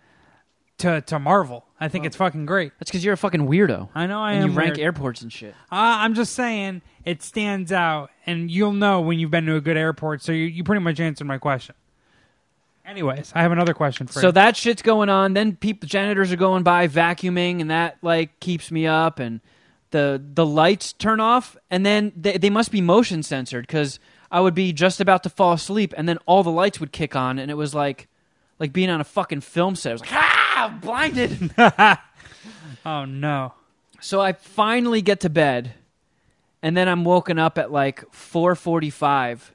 B: to to marvel. I think it's fucking great.
C: That's because you're a fucking weirdo.
B: I know I
C: and
B: am.
C: you rank
B: weird.
C: airports and shit.
B: Uh, I'm just saying it stands out, and you'll know when you've been to a good airport. So you, you pretty much answered my question. Anyways, I have another question for
C: So
B: you.
C: that shit's going on. Then people, janitors are going by vacuuming, and that like keeps me up. And the the lights turn off, and then they they must be motion censored because I would be just about to fall asleep, and then all the lights would kick on, and it was like like being on a fucking film set. I was like, ah, I'm blinded.
B: oh no,
C: so I finally get to bed, and then I'm woken up at like 4:45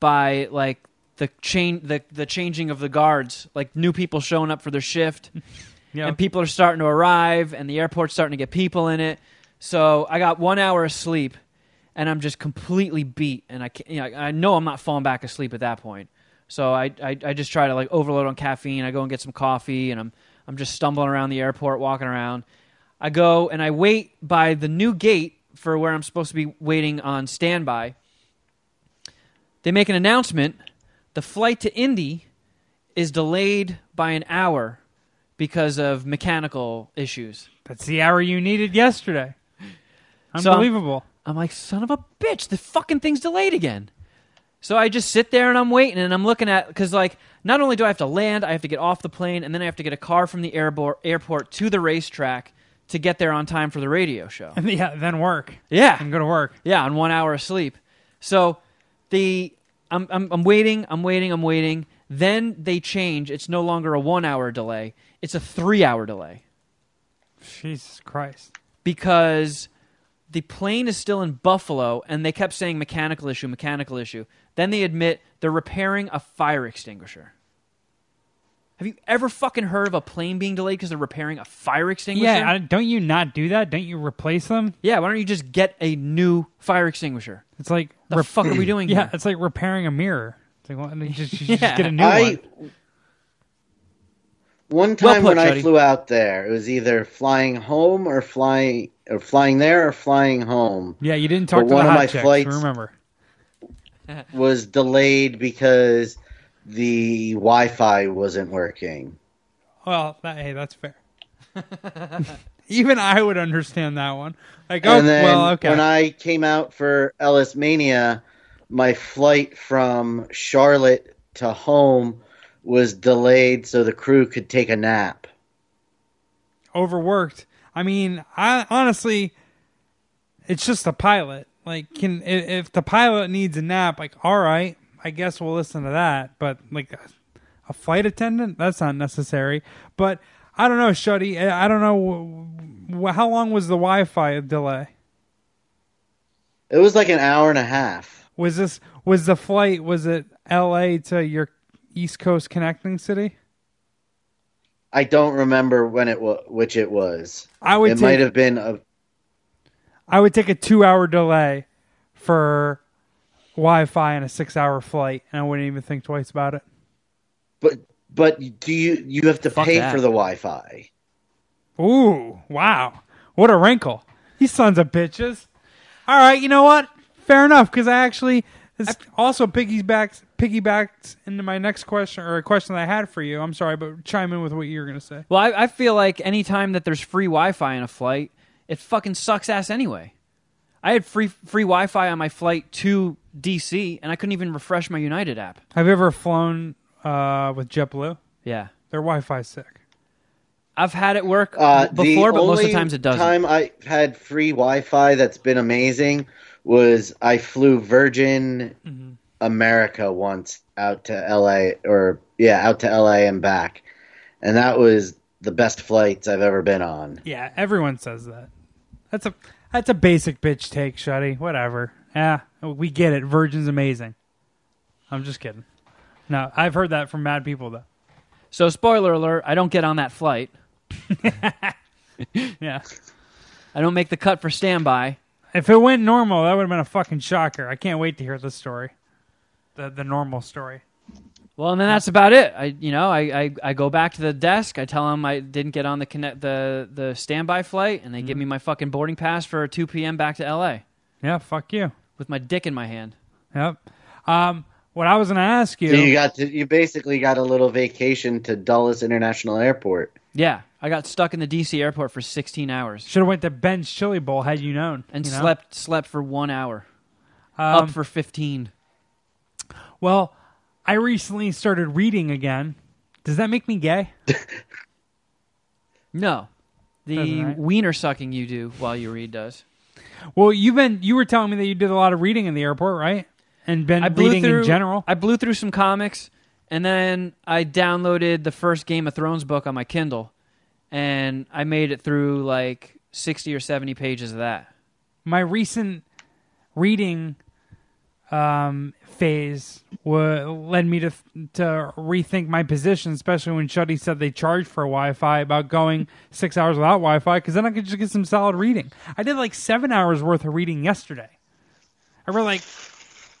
C: by like the chain the the changing of the guards, like new people showing up for their shift
B: yeah,
C: and people are starting to arrive and the airport's starting to get people in it so i got one hour of sleep and i'm just completely beat and i can't, you know, i know i'm not falling back asleep at that point so I, I i just try to like overload on caffeine i go and get some coffee and i'm i'm just stumbling around the airport walking around i go and i wait by the new gate for where i'm supposed to be waiting on standby they make an announcement the flight to indy is delayed by an hour because of mechanical issues.
B: that's the hour you needed yesterday.
C: So I'm-
B: Unbelievable.
C: I'm like, son of a bitch, the fucking thing's delayed again. So I just sit there and I'm waiting and I'm looking at because like not only do I have to land, I have to get off the plane and then I have to get a car from the airbor- airport to the racetrack to get there on time for the radio show.
B: yeah, then work.
C: Yeah,
B: I'm gonna work.
C: yeah, on one hour of sleep. So the I'm, I'm I'm waiting. I'm waiting. I'm waiting. Then they change. It's no longer a one hour delay. It's a three hour delay
B: Jesus Christ.
C: because the plane is still in Buffalo and they kept saying mechanical issue, mechanical issue. Then they admit they're repairing a fire extinguisher. Have you ever fucking heard of a plane being delayed because they're repairing a fire extinguisher?
B: Yeah, I, don't you not do that? Don't you replace them?
C: yeah, why don't you just get a new fire extinguisher?
B: It's like
C: The fuck are we doing
B: yeah,
C: here?
B: it's like repairing a mirror. It's like well, you just, you
C: Yeah.
B: just get a new
D: I
B: one.
D: one time
C: put,
D: when I
C: Jody.
D: flew out there, it was either flying home or flying or flying there or flying home
B: Yeah, you didn't talk
D: But
B: to
D: one
B: the
D: of
B: hot
D: my
B: chicks,
D: flights-
B: Remember?
D: was delayed because the Wi-Fi wasn't working.
B: Well, that, hey, that's fair. Even I would understand that one. Like, oh,
D: and then
B: well, okay.
D: when I came out for Ellis Mania, my flight from Charlotte to home was delayed so the crew could take a nap.
B: overworked. I mean, I honestly, it's just the pilot. Like, can i- if the pilot needs a nap, like, all right, I guess we'll listen to that. But like, a, a flight attendant, that's not necessary. But I don't know, Shuddy. I I don't know wh- wh- how long was the Wi-Fi delay.
D: It was like an hour and a half.
B: Was this was the flight? Was it L.A. to your East Coast connecting city?
D: I don't remember when it wa- which it was.
B: I would
D: it
B: take
D: might have been a
B: I would take a two hour delay for Wi Fi and a six hour flight, and I wouldn't even think twice about it.
D: but but do you you have to
C: Fuck
D: pay
C: that.
D: for the Wi-Fi?
B: Ooh, wow. What a wrinkle. These sons of bitches. All right, you know what? Fair enough, because I actually. This also piggybacks, piggybacks into my next question, or a question that I had for you. I'm sorry, but chime in with what you were going to say.
C: Well, I, I feel like any time that there's free Wi-Fi in a flight, it fucking sucks ass anyway. I had free free Wi-Fi on my flight to DC, and I couldn't even refresh my United app.
B: Have you ever flown uh, with JetBlue?
C: Yeah,
B: Their Wi Fi sick.
C: I've had it work
D: Uh, the
C: before, but most of
D: only
C: the times it doesn't.
D: Time I had free Wi-Fi that's been amazing was I flew Virgin
C: Mm-hmm.
D: America once out to LA or yeah out to LA and back, and that was the best flights I've ever been on.
B: Yeah, everyone says that. That's a that's a basic bitch take, Shuddy. Whatever. Yeah, we get it. Virgin's amazing. I'm just kidding. No, I've heard that from mad people though.
C: so, spoiler alert: I don't get on that flight.
B: Yeah.
C: I don't make the cut for standby.
B: If it went normal, that would have been a fucking shocker. I can't wait to hear this story. The the normal story.
C: Well, and then that's about it. I, you know, I, I, I go back to the desk. I tell them I didn't get on the connect the the standby flight, and they give
D: Mm-hmm.
C: me my fucking boarding pass for 2 p.m. back to LA
B: Yeah, fuck you.
C: with my dick in my hand.
B: Yep. Um what I was gonna ask you,
D: So you got to, you basically got a little vacation to Dulles International Airport.
C: Yeah, I got stuck in the DC airport for 16 hours
B: should have went to Ben's Chili Bowl had you known.
C: and
B: you know?
C: slept slept for one hour,
B: Um,
C: up for 15.
B: Well, I recently started reading again. Does that make me gay?
C: No, the
B: Doesn't, right?
C: wiener sucking you do while you read does.
B: Well, you've been you were telling me that you did a lot of reading in the airport, right? And been
C: I blew
B: reading
C: through
B: in general.
C: I blew through some comics, and then I downloaded the first Game of Thrones book on my Kindle, and I made it through like sixty or seventy pages of that.
B: My recent reading um, phase wa- led me to to rethink my position, especially when Shuddy said they charge for Wi-Fi about going six hours without Wi-Fi, because then I could just get some solid reading. I did like seven hours worth of reading yesterday. I read like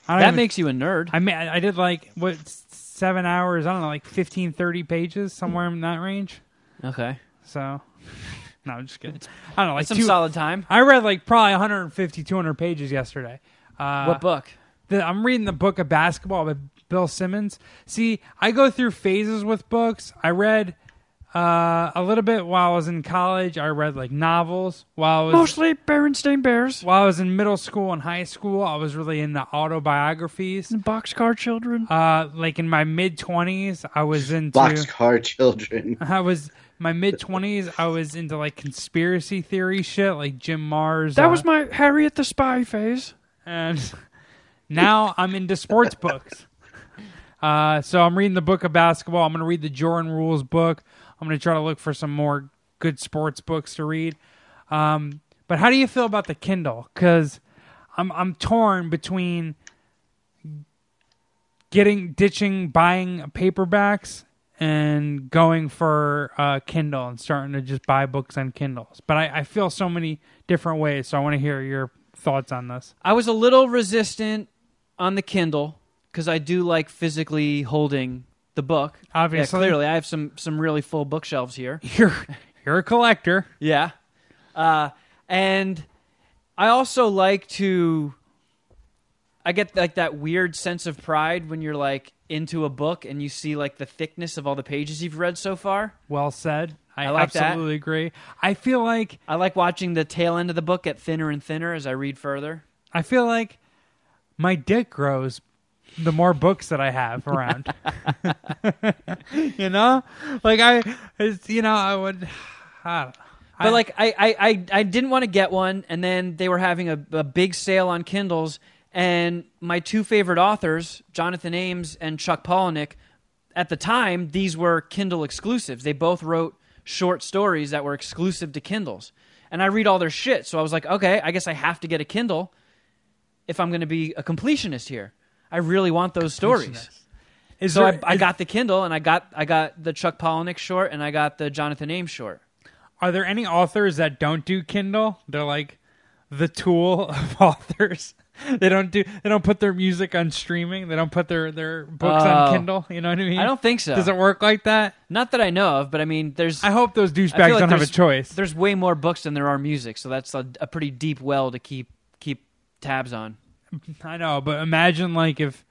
B: I don't
C: That
B: even-
C: makes you a nerd.
B: I mean, I I did like what s- seven hours. I don't know, like 15, 30 pages somewhere in that range.
C: Okay,
B: So, no, I'm just kidding. I don't know, like
C: some
B: two.
C: solid time.
B: I read like probably 150, 200 pages yesterday. Uh,
C: what book?
B: the, I'm reading the book of basketball by Bill Simmons. See, I go through phases with books. I read uh, a little bit while I was in college. I read like novels while I was
C: Mostly Berenstain Bears,
B: while I was in middle school and high school. I was really into autobiographies.
C: Mm. Boxcar Children.
B: Uh, like in my mid twenties, I was into
D: Boxcar Children.
B: I was my mid twenties. I was into like conspiracy theory shit, like Jim Mars.
C: that
B: uh,
C: was my Harriet the Spy phase.
B: and Now I'm into sports books. Uh, so I'm reading the book of basketball. I'm going to read the Jordan Rules book. I'm going to try to look for some more good sports books to read. Um, but how do you feel about the Kindle? Because I'm I'm torn between getting ditching buying paperbacks and going for uh, Kindle and starting to just buy books on Kindles. But I, I feel so many different ways. So I want to hear your thoughts on this.
C: I was a little resistant on the Kindle because I do like physically holding the book. Yeah,
B: Obviously.
C: clearly, I have some some really full bookshelves here.
B: You're you're a collector.
C: Yeah. Uh, and I also like to I get like that weird sense of pride when you're like into a book and you see like the thickness of all the pages you've read so far.
B: Well said. I,
C: I like that.
B: absolutely agree. I feel like
C: I like watching the tail end of the book get thinner and thinner as I read further.
B: I feel like my dick grows the more books that I have around. you know, like I, it's, you know, I would. I don't know. I-
C: But like I, I, I, I didn't want to get one and then they were having a, a big sale on Kindles and my two favorite authors, Jonathan Ames and Chuck Palahniuk, at the time these were Kindle exclusives. They both wrote short stories that were exclusive to Kindles. And I read all their shit, so I was like, okay, I guess I have to get a Kindle if I'm going to be a completionist here. I really want those stories.
B: is
C: So I,
B: there-
C: I got the Kindle and I got I got the Chuck Palahniuk short and I got the Jonathan Ames short.
B: Are there any authors that don't do Kindle? They're like the tool of authors. They don't do. They don't put their music on streaming. They don't put their their books
C: Oh.
B: on Kindle. You know what I mean?
C: I don't think so.
B: Does it work like that?
C: Not that I know of, but I mean, there's.
B: I hope those
C: I feel
B: douchebags
C: like
B: don't have a
C: there's-
B: choice.
C: There's way more books than there are music, so that's a, a pretty deep well to keep keep tabs on.
B: I know, but imagine like if.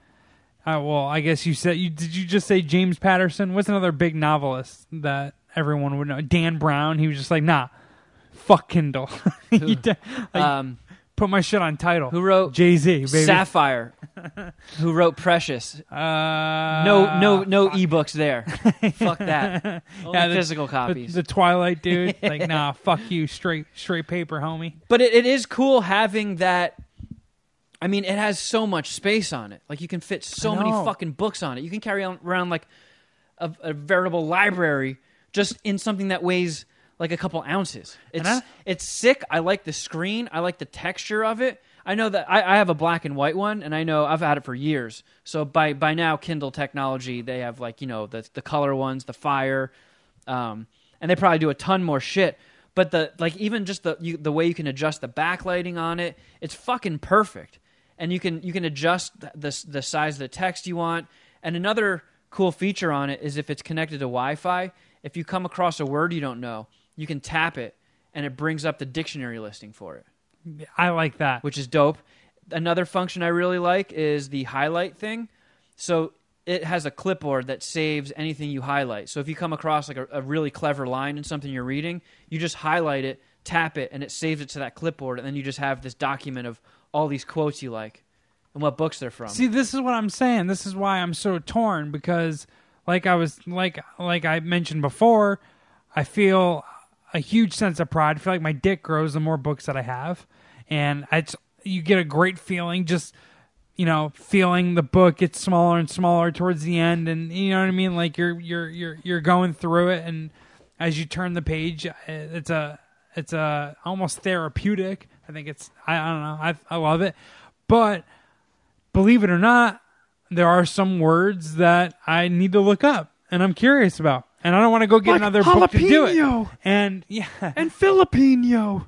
B: Uh, well, I guess you said you did. You just say James Patterson. What's another big novelist that everyone would know? Dan Brown. He was just like, nah, fuck Kindle. He d- like,
C: Um,
B: put my shit on title.
C: who wrote
B: Jay Z? Baby.
C: Sapphire? who wrote Precious?
B: uh,
C: No, no, no ebooks there. Fuck that. Only
B: Yeah, the-
C: physical
B: The,
C: copies.
B: the Twilight dude. like, nah, fuck you, straight straight paper, homie.
C: but it, it is cool having that. I mean, it has so much space on it. Like you can fit so
B: I
C: many
B: know.
C: fucking books on it. You can carry on, around like a, a veritable library just in something that weighs like a couple ounces. It's
B: I-
C: it's sick. I like the screen. I like the texture of it. I know that I, I have a black and white one, and I know I've had it for years. So by by now, Kindle technology, they have like you know the the color ones, the fire, um, and they probably do a ton more shit. But the like even just the you, the way you can adjust the backlighting on it, it's fucking perfect and you can you can adjust th- the s- the size of the text you want. And another cool feature on it is if it's connected to Wi-Fi, if you come across a word you don't know, you can tap it and it brings up the dictionary listing for it,
B: I like that.
C: which is dope. Another function I really like is the highlight thing. So it has a clipboard that saves anything you highlight. So if you come across like a, a really clever line in something you're reading, you just highlight it, tap it, and it saves it to that clipboard, and then you just have this document of all these quotes you like and what books they're from.
B: See, this is what I'm saying. This is why I'm so torn because, like I was like like I mentioned before, I feel a huge sense of pride. I feel like my dick grows the more books that I have, and it's you get a great feeling just you know feeling the book gets smaller and smaller towards the end, and you know what I mean. Like you're you're you're you're going through it, and as you turn the page, uh, it's a it's a almost therapeutic. I think it's I, I don't know I I love it, but believe it or not, there are some words that I need to look up and I'm curious about. And I don't want to go get another book to do it.
A: jalapeno.
B: And yeah.
A: And Filipino.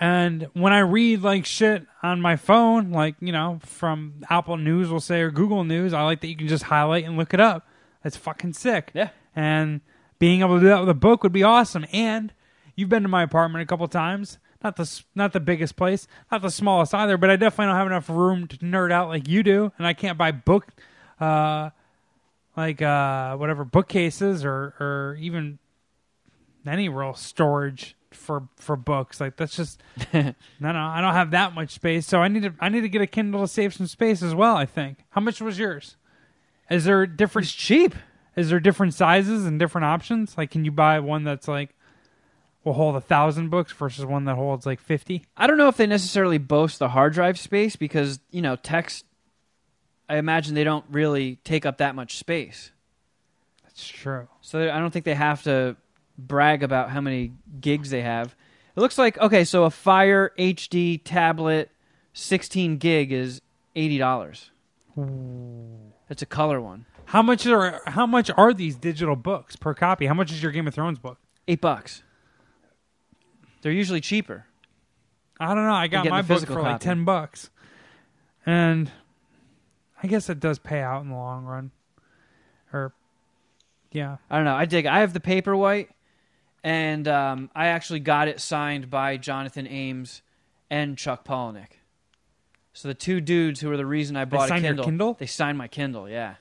B: And when I read like shit on my phone, like, you know, from Apple News will say or Google News, I like that you can just highlight and look it up. That's fucking sick.
C: Yeah.
B: And being able to do that with a book would be awesome. And you've been to my apartment a couple times. Not the s- not the biggest place, not the smallest either, but I definitely don't have enough room to nerd out like you do, and I can't buy book uh like uh whatever bookcases or or even any real storage for for books. Like that's just no, no. I don't have that much space, so I need to I need to get a Kindle to save some space as well. I think. How much was yours? Is there different? It's cheap. Is there different sizes and different options? Like, can you buy one that's like will hold a thousand books versus one that holds like fifty?
C: I don't know if they necessarily boast the hard drive space because you know text I imagine they don't really take up that much space.
B: That's true.
C: So they- I don't think they have to brag about how many gigs they have. It looks like okay, so a Fire HD tablet, 16 gig is eighty dollars. That's a color one,
B: How much are how much are these digital books per copy? How much is your Game of Thrones book?
C: eight bucks. They're usually cheaper.
B: I don't know. I got
C: getting
B: my
C: the
B: book for
C: physical
B: like
C: copy.
B: ten bucks, and I guess it does pay out in the long run. Or, yeah,
C: I don't know. I dig. it. I have the paper white, and um, I actually got it signed by Jonathan Ames and Chuck Palahniuk. So the two dudes who were the reason I bought
B: signed
C: a
B: your
C: Kindle,
B: Kindle?
C: they signed my Kindle. Yeah.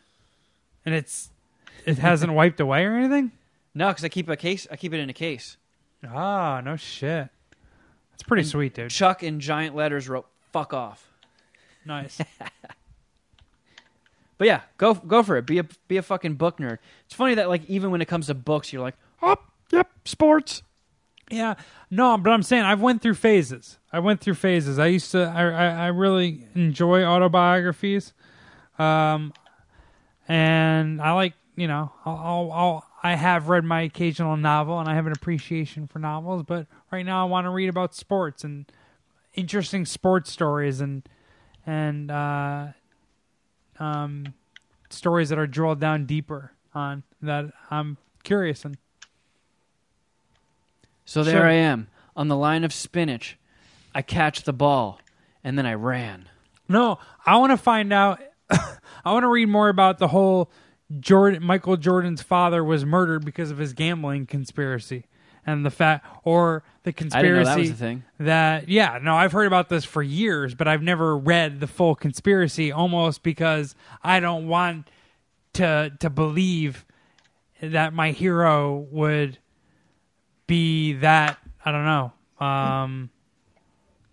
B: and it's it hasn't wiped away or anything.
C: No, because I keep a case. I keep it in a case.
B: Ah, no shit. That's pretty sweet, dude.
C: Chuck in giant letters wrote "fuck off."
B: Nice.
C: But yeah, go go for it. Be a be a fucking book nerd. It's funny that like even when it comes to books, you're like, oh, yep, sports.
B: Yeah, no, but I'm saying I've went through phases. I went through phases. I used to. I I, I really enjoy autobiographies, um, and I like you know I'll, I'll, I'll I have read my occasional novel and I have an appreciation for novels, but right now I want to read about sports and interesting sports stories and and uh, um, stories that are drilled down deeper on that I'm curious and
C: So there
B: Sure.
C: I am on the line of spinach. I catch the ball, and then I ran.
B: No, I want to find out. I want to read more about the whole Jordan Michael Jordan's father was murdered because of his gambling conspiracy and the fact or the
C: I didn't know
B: conspiracy
C: that was a thing.
B: that yeah no i've heard about this for years but i've never read the full conspiracy almost because i don't want to to believe that my hero would be that i don't know um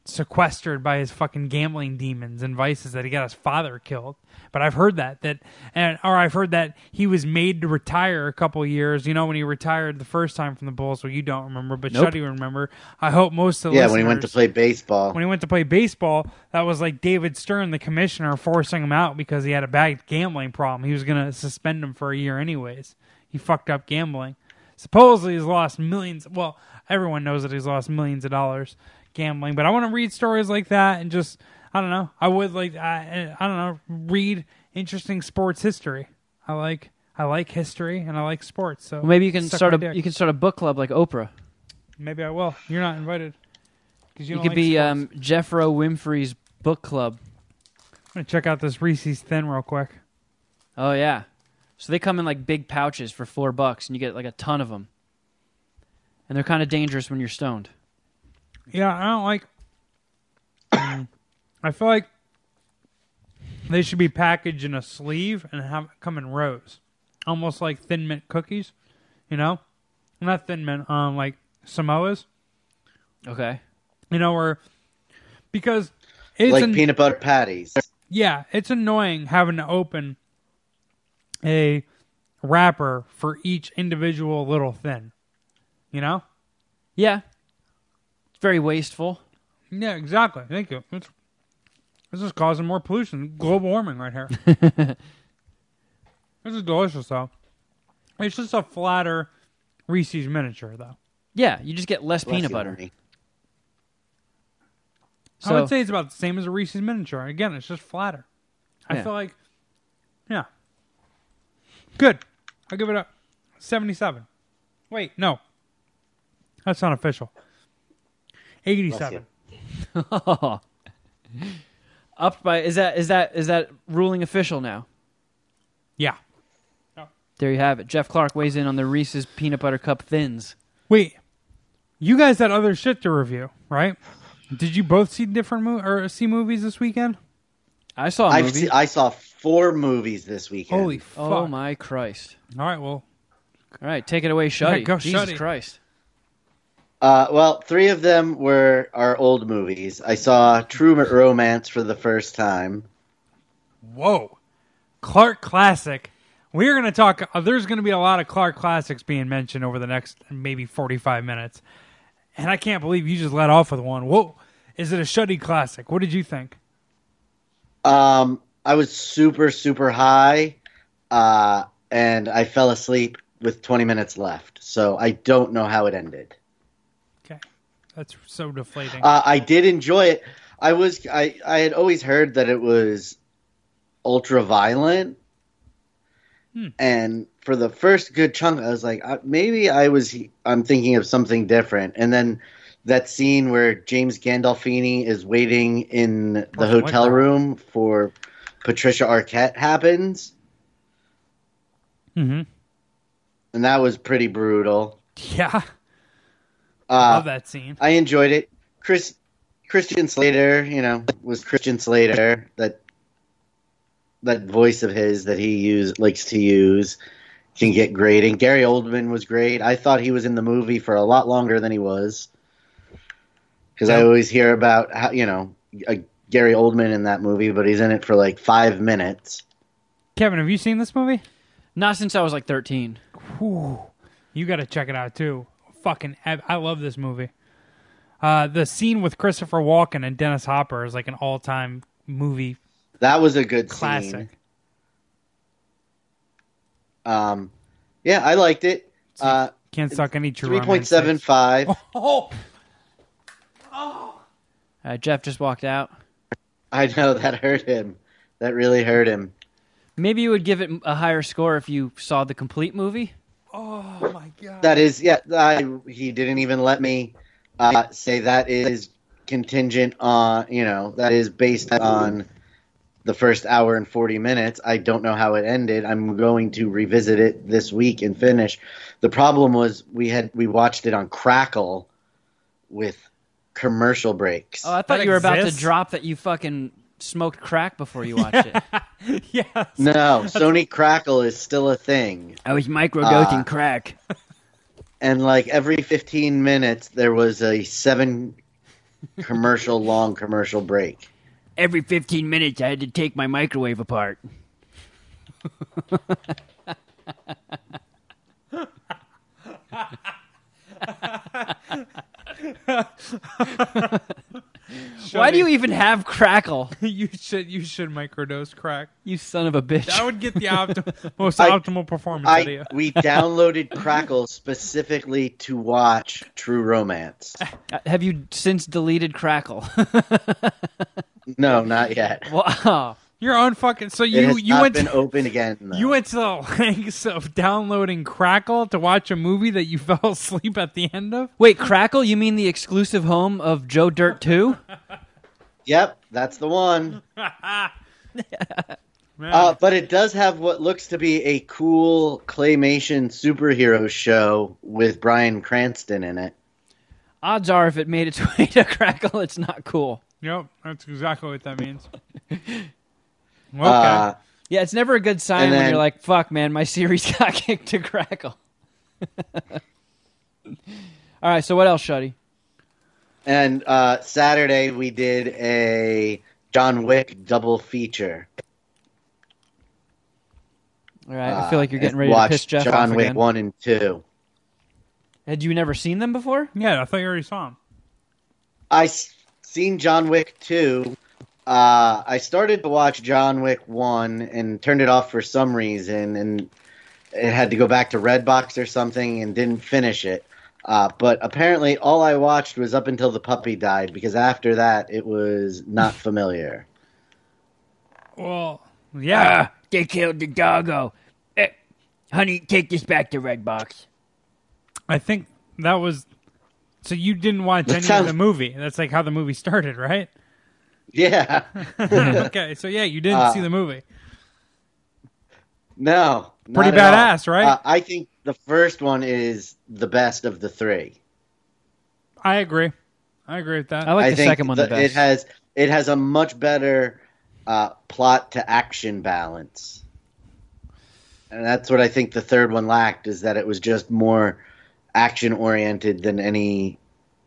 B: sequestered by his fucking gambling demons and vices that he got his father killed but i've heard that that and or i've heard that he was made to retire a couple years you know when he retired the first time from the bulls well you don't remember but
C: Nope.
B: Shuddy remember i hope most of the
D: Yeah, when he went to
B: listeners-
D: play baseball.
B: when he went to play baseball, that was like David Stern, the commissioner, forcing him out because he had a bad gambling problem. He was going to suspend him for a year anyways. He fucked up gambling. Supposedly, he's lost millions. Well, everyone knows that he's lost millions of dollars gambling, but I want to read stories like that and just, I don't know. I would like, I, I don't know, read interesting sports history. I like. I like history and I like sports, so
C: Well, maybe you can
B: suck
C: start
B: my
C: a
B: dick.
C: you can start a book club like Oprah.
B: maybe I will. You're not invited because you,
C: You
B: don't
C: could
B: like
C: be
B: sports.
C: um, Jeffro Winfrey's book club.
B: I'm gonna check out this Reese's Thin real quick.
C: Oh yeah, so they come in like big pouches for four bucks, and you get like a ton of them. And they're kind of dangerous when you're stoned.
B: Yeah, I don't like. I feel like they should be packaged in a sleeve and have come in rows, almost like Thin Mint cookies. You know, not Thin Mint, um, like Samoa's.
C: Okay.
B: You know, or because it's
D: like
B: an-
D: peanut butter patties.
B: yeah, it's annoying having to open a wrapper for each individual little thin. You know.
C: Yeah. It's very wasteful.
B: Yeah, exactly. Thank you. It's, this is causing more pollution. Global warming right here. this is delicious, though. It's just a flatter Reese's miniature, though.
C: Yeah, you just get less peanut butter.
B: I
C: So
B: would say it's about the same as a Reese's miniature. Again, it's just flatter. I
C: Yeah.
B: feel like, yeah. Good. I'll give it a 77. Wait, no. That's not official. 87.
C: upped by is that is that is that ruling official now?
B: Yeah.
C: There you have it. Jeff Clark weighs in on the Reese's peanut butter cup thins.
B: Wait, you guys had other shit to review, right? Did you both see different mo- or see movies this weekend?
C: I saw a
D: I've
C: movie.
D: se- I saw four movies this weekend.
B: Holy fuck!
C: oh my Christ!
B: All right, well,
C: All right, take it away, Shuddy.
B: go,
C: Jesus
B: Shuddy.
C: Christ!
D: Uh, well, three of them were our old movies. I saw True Romance for the first time.
B: whoa, Clark classic. We're gonna talk. Uh, there's gonna be a lot of Clark classics being mentioned over the next maybe 45 minutes, and I can't believe you just let off with one. Whoa, is it a shuddy classic? What did you think?
D: Um, I was super super high, uh, and I fell asleep with 20 minutes left. So I don't know how it ended.
B: Okay, that's so deflating.
D: Uh, I did enjoy it. I was I I had always heard that it was ultra violent,
B: Hmm.
D: and for the first good chunk, I was like, uh, maybe I was I'm thinking of something different. And then that scene where James Gandolfini is waiting in the
B: Oh, my
D: hotel
B: God.
D: room for Patricia Arquette happens,
B: mm-hmm.
D: and that was pretty brutal.
B: Yeah,
D: Uh,
B: love that scene.
D: I enjoyed it. Chris Christian Slater, you know, was Christian Slater that that voice of his that he use likes to use can get great. And Gary Oldman was great. I thought he was in the movie for a lot longer than he was because I always hear about how you know a Gary Oldman in that movie, but he's in it for like five minutes.
B: Kevin, have you seen this movie?
C: Not since I was like 13.
B: Whew. You got to check it out too. Fucking, I I love this movie. Uh, the scene with Christopher Walken and Dennis Hopper is like an all-time movie
D: That was a good
B: classic.
D: Scene. Um, yeah, I liked it. Uh,
B: Can't suck any true
D: Three point
B: romance
D: seven
B: sticks.
D: five.
B: Oh,
C: Uh, Jeff just walked out.
D: I know that hurt him. That really hurt him.
C: Maybe you would give it a higher score if you saw the complete movie.
B: oh my god.
D: That is, yeah. I, he didn't even let me uh, say that is contingent on, you know, that is based on the first hour and forty minutes. I don't know how it ended. I'm going to revisit it this week and finish. The problem was we had we watched it on Crackle with commercial breaks.
C: Oh, I thought
B: That
C: you were about to
B: exists?
C: drop that you fucking smoked crack before you watched it.
B: yes.
D: no, Sony Crackle is still a thing.
C: I was microdosing
D: Uh,
C: crack.
D: and like every 15 minutes there was a seven commercial long commercial break
C: Every 15 minutes, I had to take my microwave apart. Why do you even have crackle?
B: you should you should microdose crack.
C: You son of a bitch.
B: That would get the opti- most
D: I-
B: optimal performance out of
D: i
B: you.
D: we downloaded crackle specifically to watch true romance
C: Uh, Have you since deleted crackle?
D: no not yet
C: wow.
B: You're on fucking. So
D: it
B: you
D: has
B: you
D: not
B: went
D: been
B: to,
D: open again though.
B: you went to the lengths of downloading Crackle to watch a movie that you fell asleep at the end of.
C: Wait, crackle? You mean the exclusive home of Joe Dirt 2?
D: yep that's the one
B: Man,
D: uh, but it does have what looks to be a cool claymation superhero show with brian cranston in it
C: Odds are if it made its way to crackle, it's not cool.
B: yep, that's exactly what that means. Okay.
D: Uh,
C: Yeah, it's never a good sign
D: And
C: when
D: then-
C: you're like, fuck, man, my series got kicked to crackle. All right, so what else, Shuddy?
D: And uh, Saturday we did a John Wick double feature.
C: All right, I
D: Uh,
C: feel like you're getting
D: and
C: ready to
D: watched
C: piss Jeff
D: John
C: off
D: Wick
C: again.
D: one and two.
C: Had you never seen them before?
B: yeah, I thought you already saw him.
D: I s- seen John Wick two. Uh, I started to watch John Wick one and turned it off for some reason, and it had to go back to Redbox or something, and didn't finish it. Uh, but apparently, all I watched was up until the puppy died, because after that, it was not familiar.
B: Well, yeah.
C: they killed the doggo. Eh, honey, take this back to Redbox.
B: I think that was. So you didn't watch
D: That
B: any of
D: sounds-
B: the movie. That's like how the movie started, right?
D: Yeah,
B: okay, so yeah, you didn't
D: Uh,
B: see the movie.
D: No. not
B: Pretty
D: at all.
B: badass, right?
D: Uh, I think the first one is the best of the three.
B: I agree. I agree with that.
C: I like
D: I
C: the
D: think
C: second one the,
D: that
C: best.
D: It has it has a much better uh, plot to action balance, and that's what I think the third one lacked is that it was just more action oriented than any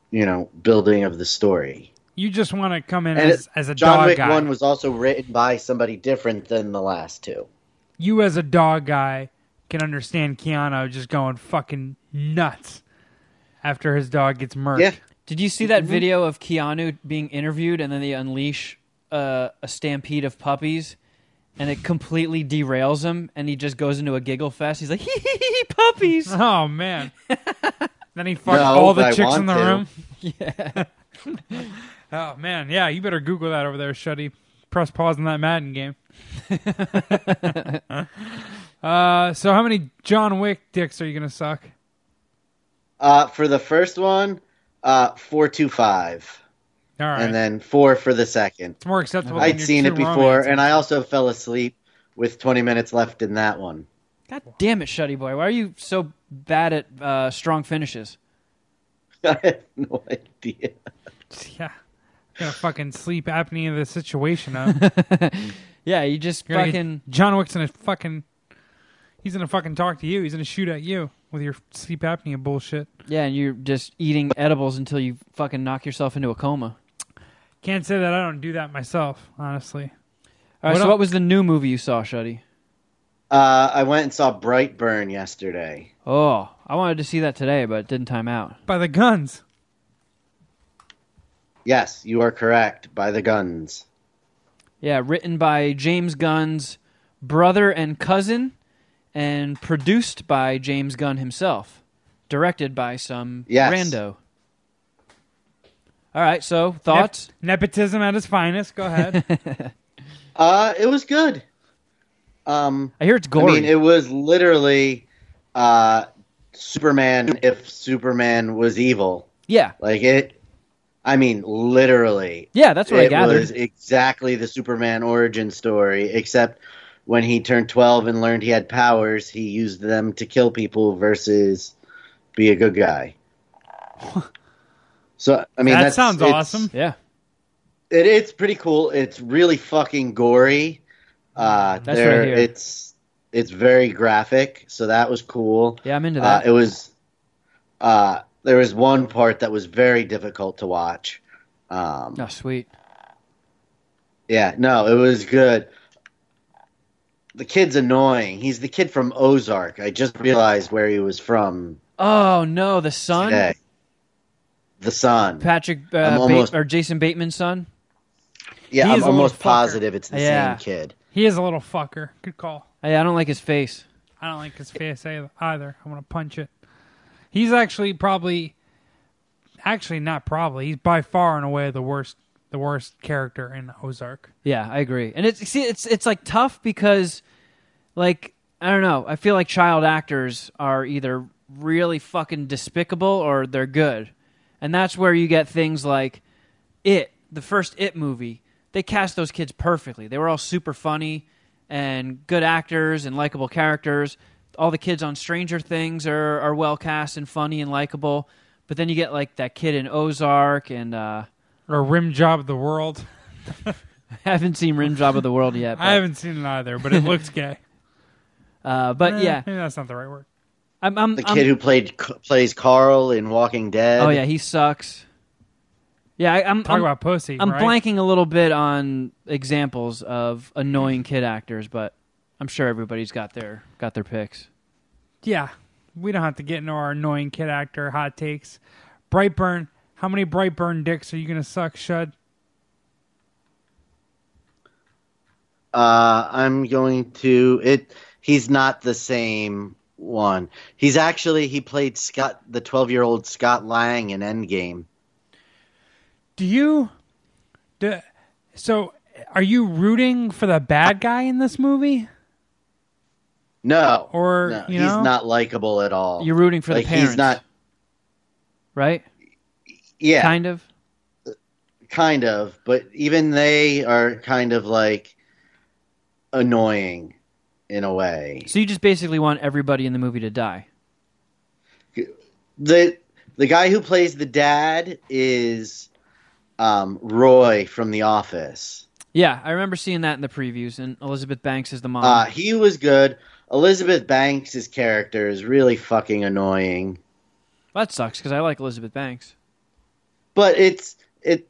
D: you know building of the story.
B: you just want to come in
D: And
B: as,
D: it-
B: as a
D: John
B: dog
D: Wick
B: guy.
D: one was also written by somebody different than the last two.
B: you as a dog guy can understand Keanu just going fucking nuts after his dog gets murked.
D: Yeah.
C: Did you see that
D: Mm-hmm.
C: video of Keanu being interviewed and then they unleash uh, a stampede of puppies and it completely derails him, and he just goes into a giggle fest. He's like, hee hee hee, puppies.
B: Oh man. then he fucked
D: No,
B: all the
D: but I
B: chicks in
D: want
B: the
D: to.
B: room. Yeah. oh man, yeah. You better Google that over there, Shuddy. Press pause on that Madden game. uh, so how many John Wick dicks are you gonna suck?
D: Uh, for the first one, uh, four two five,
B: All right.
D: and then four for the second.
B: it's more acceptable. than
D: I'd
B: your
D: seen
B: two
D: it before,
B: romances.
D: and I also fell asleep with 20 minutes left in that one.
C: God damn it, Shuddy boy! Why are you so bad at uh, strong finishes?
D: I had no idea.
B: yeah. Gonna fucking sleep apnea the situation up.
C: Yeah, you just
B: You're gonna get-
C: fucking.
B: John Wick's gonna fucking. He's gonna fucking talk to you. He's gonna shoot at you with your sleep apnea bullshit.
C: Yeah, and you're just eating edibles until you fucking knock yourself into a coma.
B: Can't say that I don't do that myself, honestly.
C: All right,
B: What
C: so
B: el-
C: what was the new movie you saw, Shuddy?
D: Uh, I went and saw Brightburn yesterday.
C: Oh, I wanted to see that today, but it didn't time out.
B: By the guns.
D: Yes, you are correct. By the guns.
C: Yeah, written by James Gunn's brother and cousin, and produced by James Gunn himself. Directed by some
D: Yes.
C: rando. All right, so thoughts?
B: Nep- nepotism at its finest. Go ahead.
D: Uh, it was good. Um,
C: I hear it's
D: I
C: gory.
D: mean, it was literally uh, Superman if Superman was evil.
C: yeah,
D: Like it. I mean, literally.
C: yeah, that's what I
D: it
C: gathered.
D: was exactly the Superman origin story, except when he turned 12 and learned he had powers, he used them to kill people versus be a good guy. So I mean,
B: That
D: that's,
B: sounds
D: it's-
B: awesome.
C: yeah,
D: It, it's pretty cool. It's really fucking gory. Uh,
C: That's
D: there,
C: right here.
D: It's it's very graphic, so that was cool.
C: yeah, I'm into
D: Uh,
C: that.
D: it was uh, there was one part that was very difficult to watch. Um,
C: oh, sweet.
D: yeah, no, it was good. The kid's annoying. He's the kid from Ozark. I just realized where he was from
C: Oh no, the son,
D: today. The son.
C: Patrick uh,
D: I'm
C: Ba-
D: almost-
C: or Jason Bateman's son.
D: yeah,
B: he
D: I'm
B: is a little
D: almost
B: fucker.
D: positive it's the
C: Yeah.
D: same kid.
B: he is a little fucker. Good call.
C: Yeah, I don't like his face.
B: I don't like his face ei- either. I'm gonna punch it. He's actually probably, actually not probably. He's by far and away the worst, the worst character in Ozark.
C: Yeah, I agree. And it's see, it's it's like tough because, like, I don't know. I feel like child actors are either really fucking despicable or they're good, and that's where you get things like it, the first It movie. They cast those kids perfectly. They were all super funny and good actors and likable characters. All the kids on Stranger Things are are well cast and funny and likable. But then you get like that kid in Ozark and uh,
B: Or rim job of the world.
C: I haven't seen Rim Job of the World yet.
B: I
C: But,
B: haven't seen it either, but it looks gay.
C: uh, but
B: Eh,
C: yeah,
B: maybe that's not the right word.
C: I'm, I'm
D: The
C: I'm-
D: kid who played plays Carl in Walking Dead.
C: Um, Oh yeah, he sucks. Yeah, I, I'm.
B: Talk
C: I'm,
B: about pussy.
C: I'm
B: right?
C: blanking a little bit on examples of annoying kid actors, but I'm sure everybody's got their got their picks.
B: Yeah, we don't have to get into our annoying kid actor hot takes. Brightburn, how many Brightburn dicks are you gonna suck, Shud?
D: Uh, I'm going to it. He's not the same one. He's actually he played Scott, the 12 year old Scott Lang in Endgame.
B: Do you? Do, so, are you rooting for the bad guy in this movie?
D: No,
B: Or,
D: no,
B: you
D: he's
B: know?
D: not likable at all.
C: You're rooting for
D: like,
C: the parents,
D: He's not.
C: right?
D: Yeah,
C: Kind of.
D: kind of but even they are kind of like annoying in a way
C: So you just basically want everybody in the movie to die.
D: the the guy who plays the dad is um, roy from the office
C: Yeah, I remember seeing that in the previews, and Elizabeth Banks is the mom.
D: uh, he was good elizabeth banks' character is really fucking annoying
C: that sucks because I like Elizabeth Banks.
D: but it's it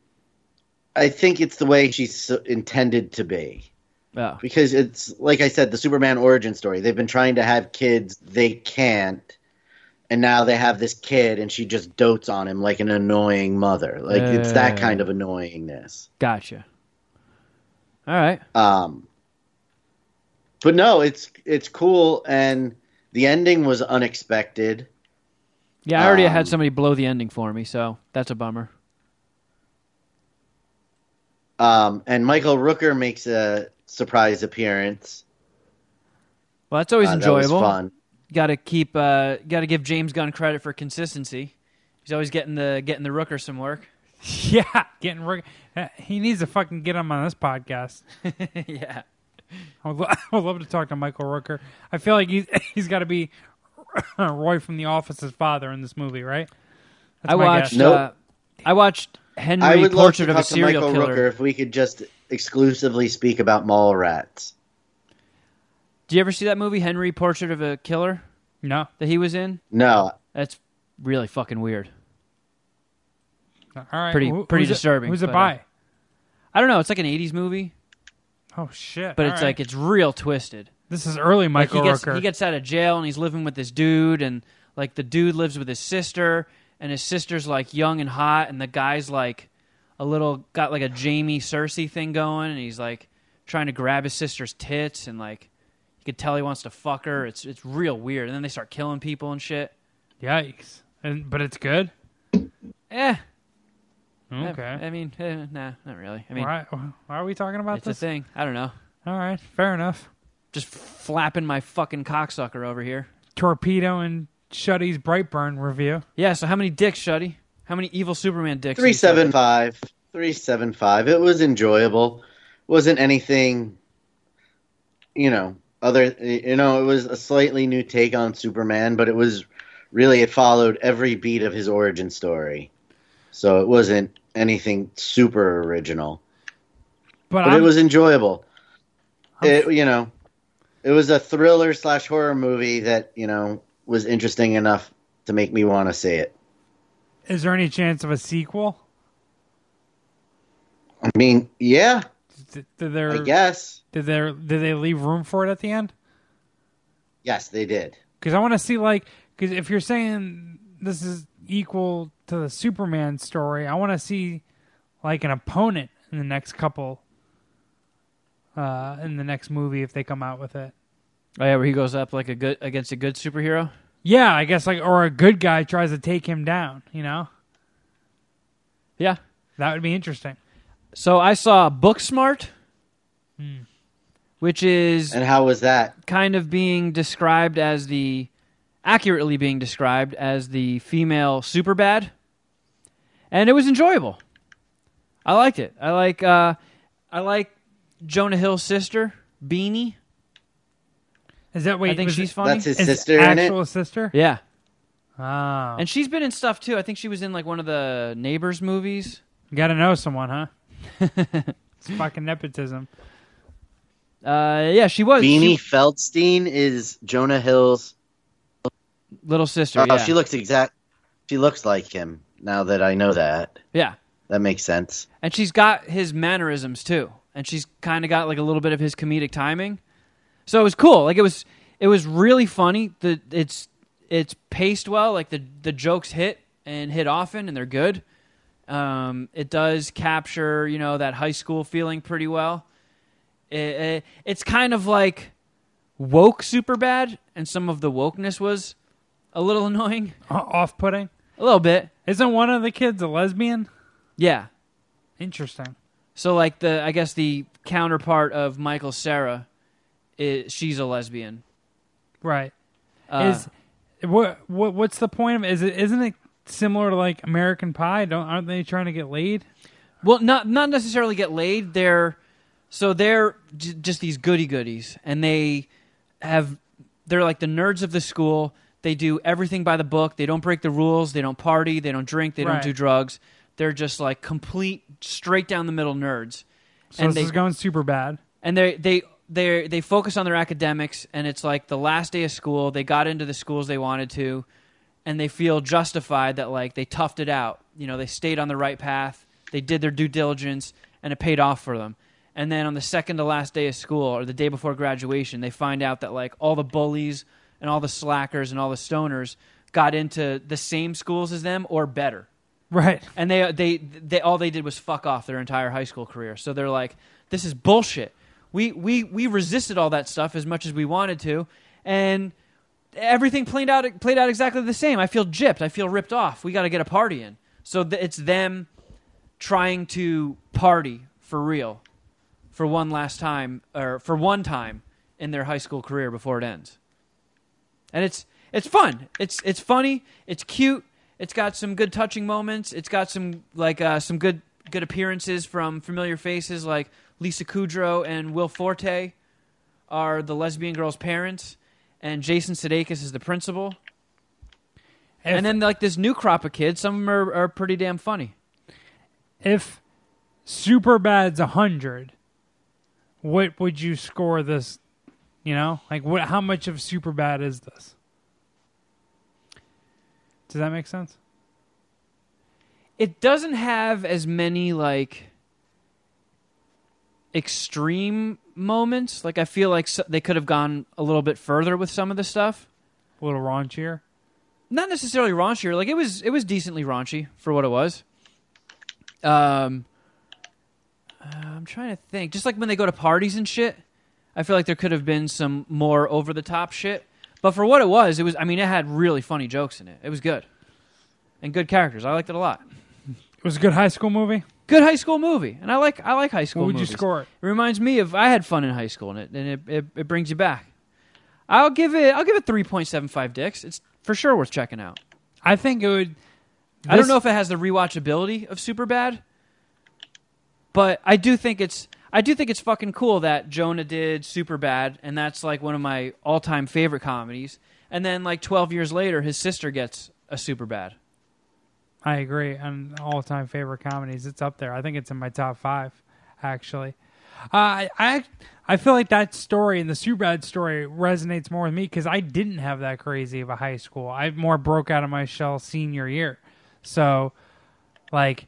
D: i think it's the way she's intended to be
C: Oh,
D: because it's like I said, the Superman origin story. They've been trying to have kids, they can't, and now they have this kid, and she just dotes on him like an annoying mother. Like it's that
C: Yeah.
D: kind of annoyingness.
C: gotcha. All right.
D: Um, but no, it's it's cool, and the ending was unexpected.
C: Yeah, I already
D: Um,
C: had somebody blow the ending for me, so that's a bummer.
D: Um, and Michael Rooker makes a surprise appearance.
C: Well, that's always
D: Uh, that was
C: enjoyable.
D: fun.
C: Got to keep, uh, got to give James Gunn credit for consistency. He's always getting the getting the Rooker some work.
B: Yeah, getting rig- uh, he needs to fucking get him on this podcast.
C: yeah,
B: I would, lo- I would love to talk to Michael Rooker. I feel like he's he's got to be Roy from The Office's father in this movie, right? That's
C: I
B: my
C: watched.
B: guess.
D: Nope.
C: Uh, I watched Henry
D: I would love to
C: Portrait of a
D: talk to
C: Serial
D: Michael
C: Killer.
D: Rooker if we could just exclusively speak about mall rats.
C: Do you ever see that movie, Henry Portrait of a Killer,
B: No.
C: that he was in?
D: No,
C: That's really fucking weird.
B: All right.
C: Pretty-
B: Who-
C: pretty
B: who's it-
C: disturbing,
B: who's it
C: but, uh,
B: by?
C: I don't know. It's like an '80s movie,
B: oh shit!
C: but
B: All
C: it's
B: right.
C: like it's real twisted.
B: this is early
C: Like
B: Michael
C: he gets
B: Rooker.
C: he gets out of jail and he's living with this dude, and like the dude lives with his sister, and his sister's like young and hot, and the guy's like a little got like a Jamie Cersei thing going, and he's like trying to grab his sister's tits, and like you could tell he wants to fuck her. It's it's real weird, and then they start killing people and shit.
B: Yikes! And, but it's good.
C: Eh. eh,
B: Okay.
C: I, mean, eh, nah, not really. I mean,
B: why, why are we talking about
C: it's a
B: this?
C: thing. I don't know.
B: All right. Fair enough.
C: Just flapping my fucking cocksucker over here.
B: Torpedo and Shuddy's Brightburn review.
C: Yeah. So how many dicks, Shuddy? How many evil Superman dicks?
D: three seven five, three seven five. It was enjoyable. wasn't anything, you know. Other, you know, it was a slightly new take on Superman, but it was really it followed every beat of his origin story. So it wasn't anything super original,
B: But,
D: but
B: I'm,
D: it was enjoyable.
B: I'm-
D: it, you know, it was a thriller slash horror movie that you know was interesting enough to make me want to see it.
B: is there any chance of a sequel?
D: I mean, yeah,
B: Did, did there?
D: I guess
B: Did there? Did they leave room for it at the end?
D: yes, they did.
B: Because I want to see like because if you're saying this is equal to the Superman story, I want to see like an opponent in the next couple uh in the next movie if they come out with it.
C: Oh yeah, where he goes up like a good against a good superhero.
B: Yeah, I guess like or a good guy tries to take him down, you know?
C: Yeah.
B: That would be interesting.
C: So I saw Booksmart,
B: Hmm.
C: which is
D: And how was that?
C: kind of being described as the accurately being described as the female Superbad, and it was enjoyable. I liked it. I like uh, I like Jonah Hill's sister Beanie.
B: Is that wait,
C: I think
B: was
C: she's
B: it,
C: funny.
D: That's his
B: is
D: sister in
B: actual
D: it.
B: sister?
C: yeah,
B: Oh.
C: and she's been in stuff too. I think she was in like one of the Neighbors movies.
B: you got to know someone, huh? it's fucking nepotism.
C: Uh, yeah, she was she-
D: Beanie Feldstein is Jonah Hill's.
C: little sister.
D: Oh,
C: yeah.
D: she looks exact. She looks like him. Now that I know that,
C: yeah.
D: that makes sense.
C: and she's got his mannerisms too and she's kind of got like a little bit of his comedic timing so it was cool like it was it was really funny the it's it's paced well like the the jokes hit and hit often and they're good um it does capture you know that high school feeling pretty well it, it, it's kind of like woke super bad and some of the wokeness was a little annoying
B: O- Off-putting.
C: a little bit
B: Isn't one of the kids a lesbian?
C: yeah
B: Interesting.
C: So like the I guess the counterpart of Michael Sarah is she's a lesbian.
B: Right.
C: Uh,
B: is what what what's the point of it? Is it isn't it similar to like American Pie? Don't aren't they trying to get laid?
C: well not not necessarily get laid. They're so they're j- just these goody goodies and they have they're like the nerds of the school. They do everything by the book. They don't break the rules. They don't party. They don't drink. They
B: Right.
C: don't do drugs. They're just like complete straight down the middle nerds.
B: So
C: And
B: this
C: they-
B: is going super bad.
C: and they they they they focus on their academics and it's like the last day of school they got into the schools they wanted to and they feel justified that like they toughed it out you know they stayed on the right path they did their due diligence and it paid off for them and then on the second to last day of school or the day before graduation they find out that like all the bullies and all the slackers and all the stoners got into the same schools as them or better
B: Right.
C: and they they they all they did was fuck off their entire high school career. So they're like, this is bullshit. We we we resisted all that stuff as much as we wanted to, and everything played out played out exactly the same. I feel gypped. I feel ripped off. We got to get a party in. So th- it's them trying to party for real, for one last time or for one time in their high school career before it ends. And it's it's fun. It's it's funny. It's cute. It's got some good touching moments. It's got some like uh, some good good appearances from familiar faces like Lisa Kudrow and Will Forte are the lesbian girl's parents, and Jason Sudeikis is the principal.
E: If-
C: and then like this new crop of kids, some of them are, are pretty damn funny.
E: if Superbad's a hundred, what would you score this? You know, like what? How much of Superbad is this? Does that make sense?
C: it doesn't have as many like extreme moments. Like I feel like so- they could have gone a little bit further with some of the stuff.
E: A little raunchier.
C: Not necessarily raunchier. Like it was, it was decently raunchy for what it was. Um, uh, I'm trying to think. Just like when they go to parties and shit, I feel like there could have been some more over the top shit. But for what it was, it was. I mean, it had really funny jokes in it. It was good, and good characters. I liked it a lot.
E: It was a good high school movie.
C: good high school movie, and I like I like high school.
E: What would you
C: movies.
E: score it?
C: It reminds me of I had fun in high school, and it and it, it, it brings you back. I'll give it I'll give it three point seven five dicks. It's for sure worth checking out.
E: I think it would.
C: I don't
E: this-
C: know if it has the rewatchability of Superbad, but I do think it's I do think it's fucking cool that Jonah did Superbad, and that's like one of my all time favorite comedies. And then like twelve years later, his sister gets a Superbad.
E: I agree. On all time favorite comedies, it's up there. I think it's in my top five, actually. Uh, I, I I feel like that story and the Superbad story resonates more with me because I didn't have that crazy of a high school. I more broke out of my shell senior year, so like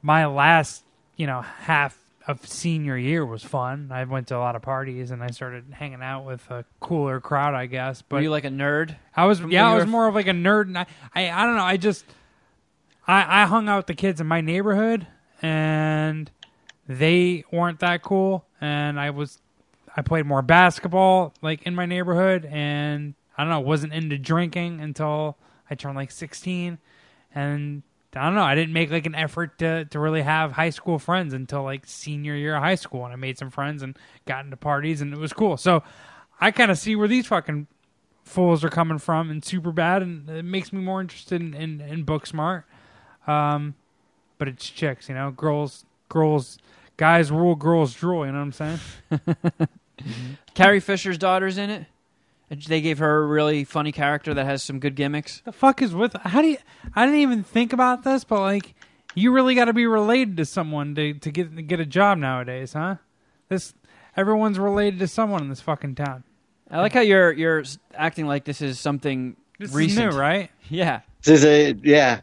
E: my last you know half of senior year was fun. I went to a lot of parties and I started hanging out with a cooler crowd, I guess. But
C: Were you like a nerd?
E: I was yeah, I
C: you
E: was
C: were-
E: more of like a nerd, and I, I, I don't know. I just I I hung out with the kids in my neighborhood, and they weren't that cool. And I was I played more basketball like in my neighborhood, and I don't know, wasn't into drinking until I turned like sixteen, and I don't know. I didn't make like an effort to to really have high school friends until like senior year of high school, and I made some friends and got into parties, and it was cool. So. I kind of see where these fucking fools are coming from and super bad and it makes me more interested in, in, in book smart um but it's chicks you know girls girls guys rule girls drool you know what i'm saying
C: Carrie Fisher's daughter's in it. And They gave her a really funny character that has some good gimmicks.
E: the fuck is with how do you i didn't even think about this but like you really got to be related to someone to, to get to get a job nowadays huh this everyone's related to someone in this fucking town
C: I like how you're you're s- acting like this is something
E: this
C: recent,
E: is new right
C: Yeah,
D: This is a yeah.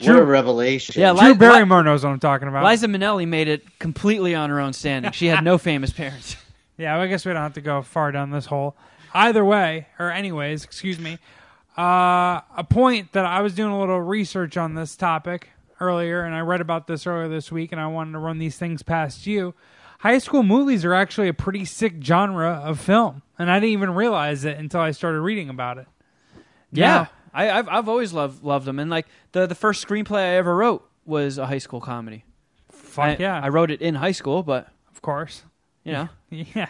D: What
E: Drew-
D: a revelation.
C: yeah.
E: drew
C: Li-
E: barrymore knows what i'm talking about
C: Li- Liza Minnelli made it completely on her own standing. She had no famous parents.
E: Yeah, well, I guess we don't have to go far down this hole. Either way, or anyways, excuse me. Uh, a point that I was doing a little research on this topic earlier, and I read about this earlier this week, and I wanted to run these things past you. High school movies are actually a pretty sick genre of film, and I didn't even realize it until I started reading about it.
C: Yeah, I, I've I've always loved loved them, and like the the first screenplay I ever wrote was a high school comedy. I,
E: Fuck yeah,
C: I wrote it in high school, but
E: of course.
C: you know,
E: Yeah,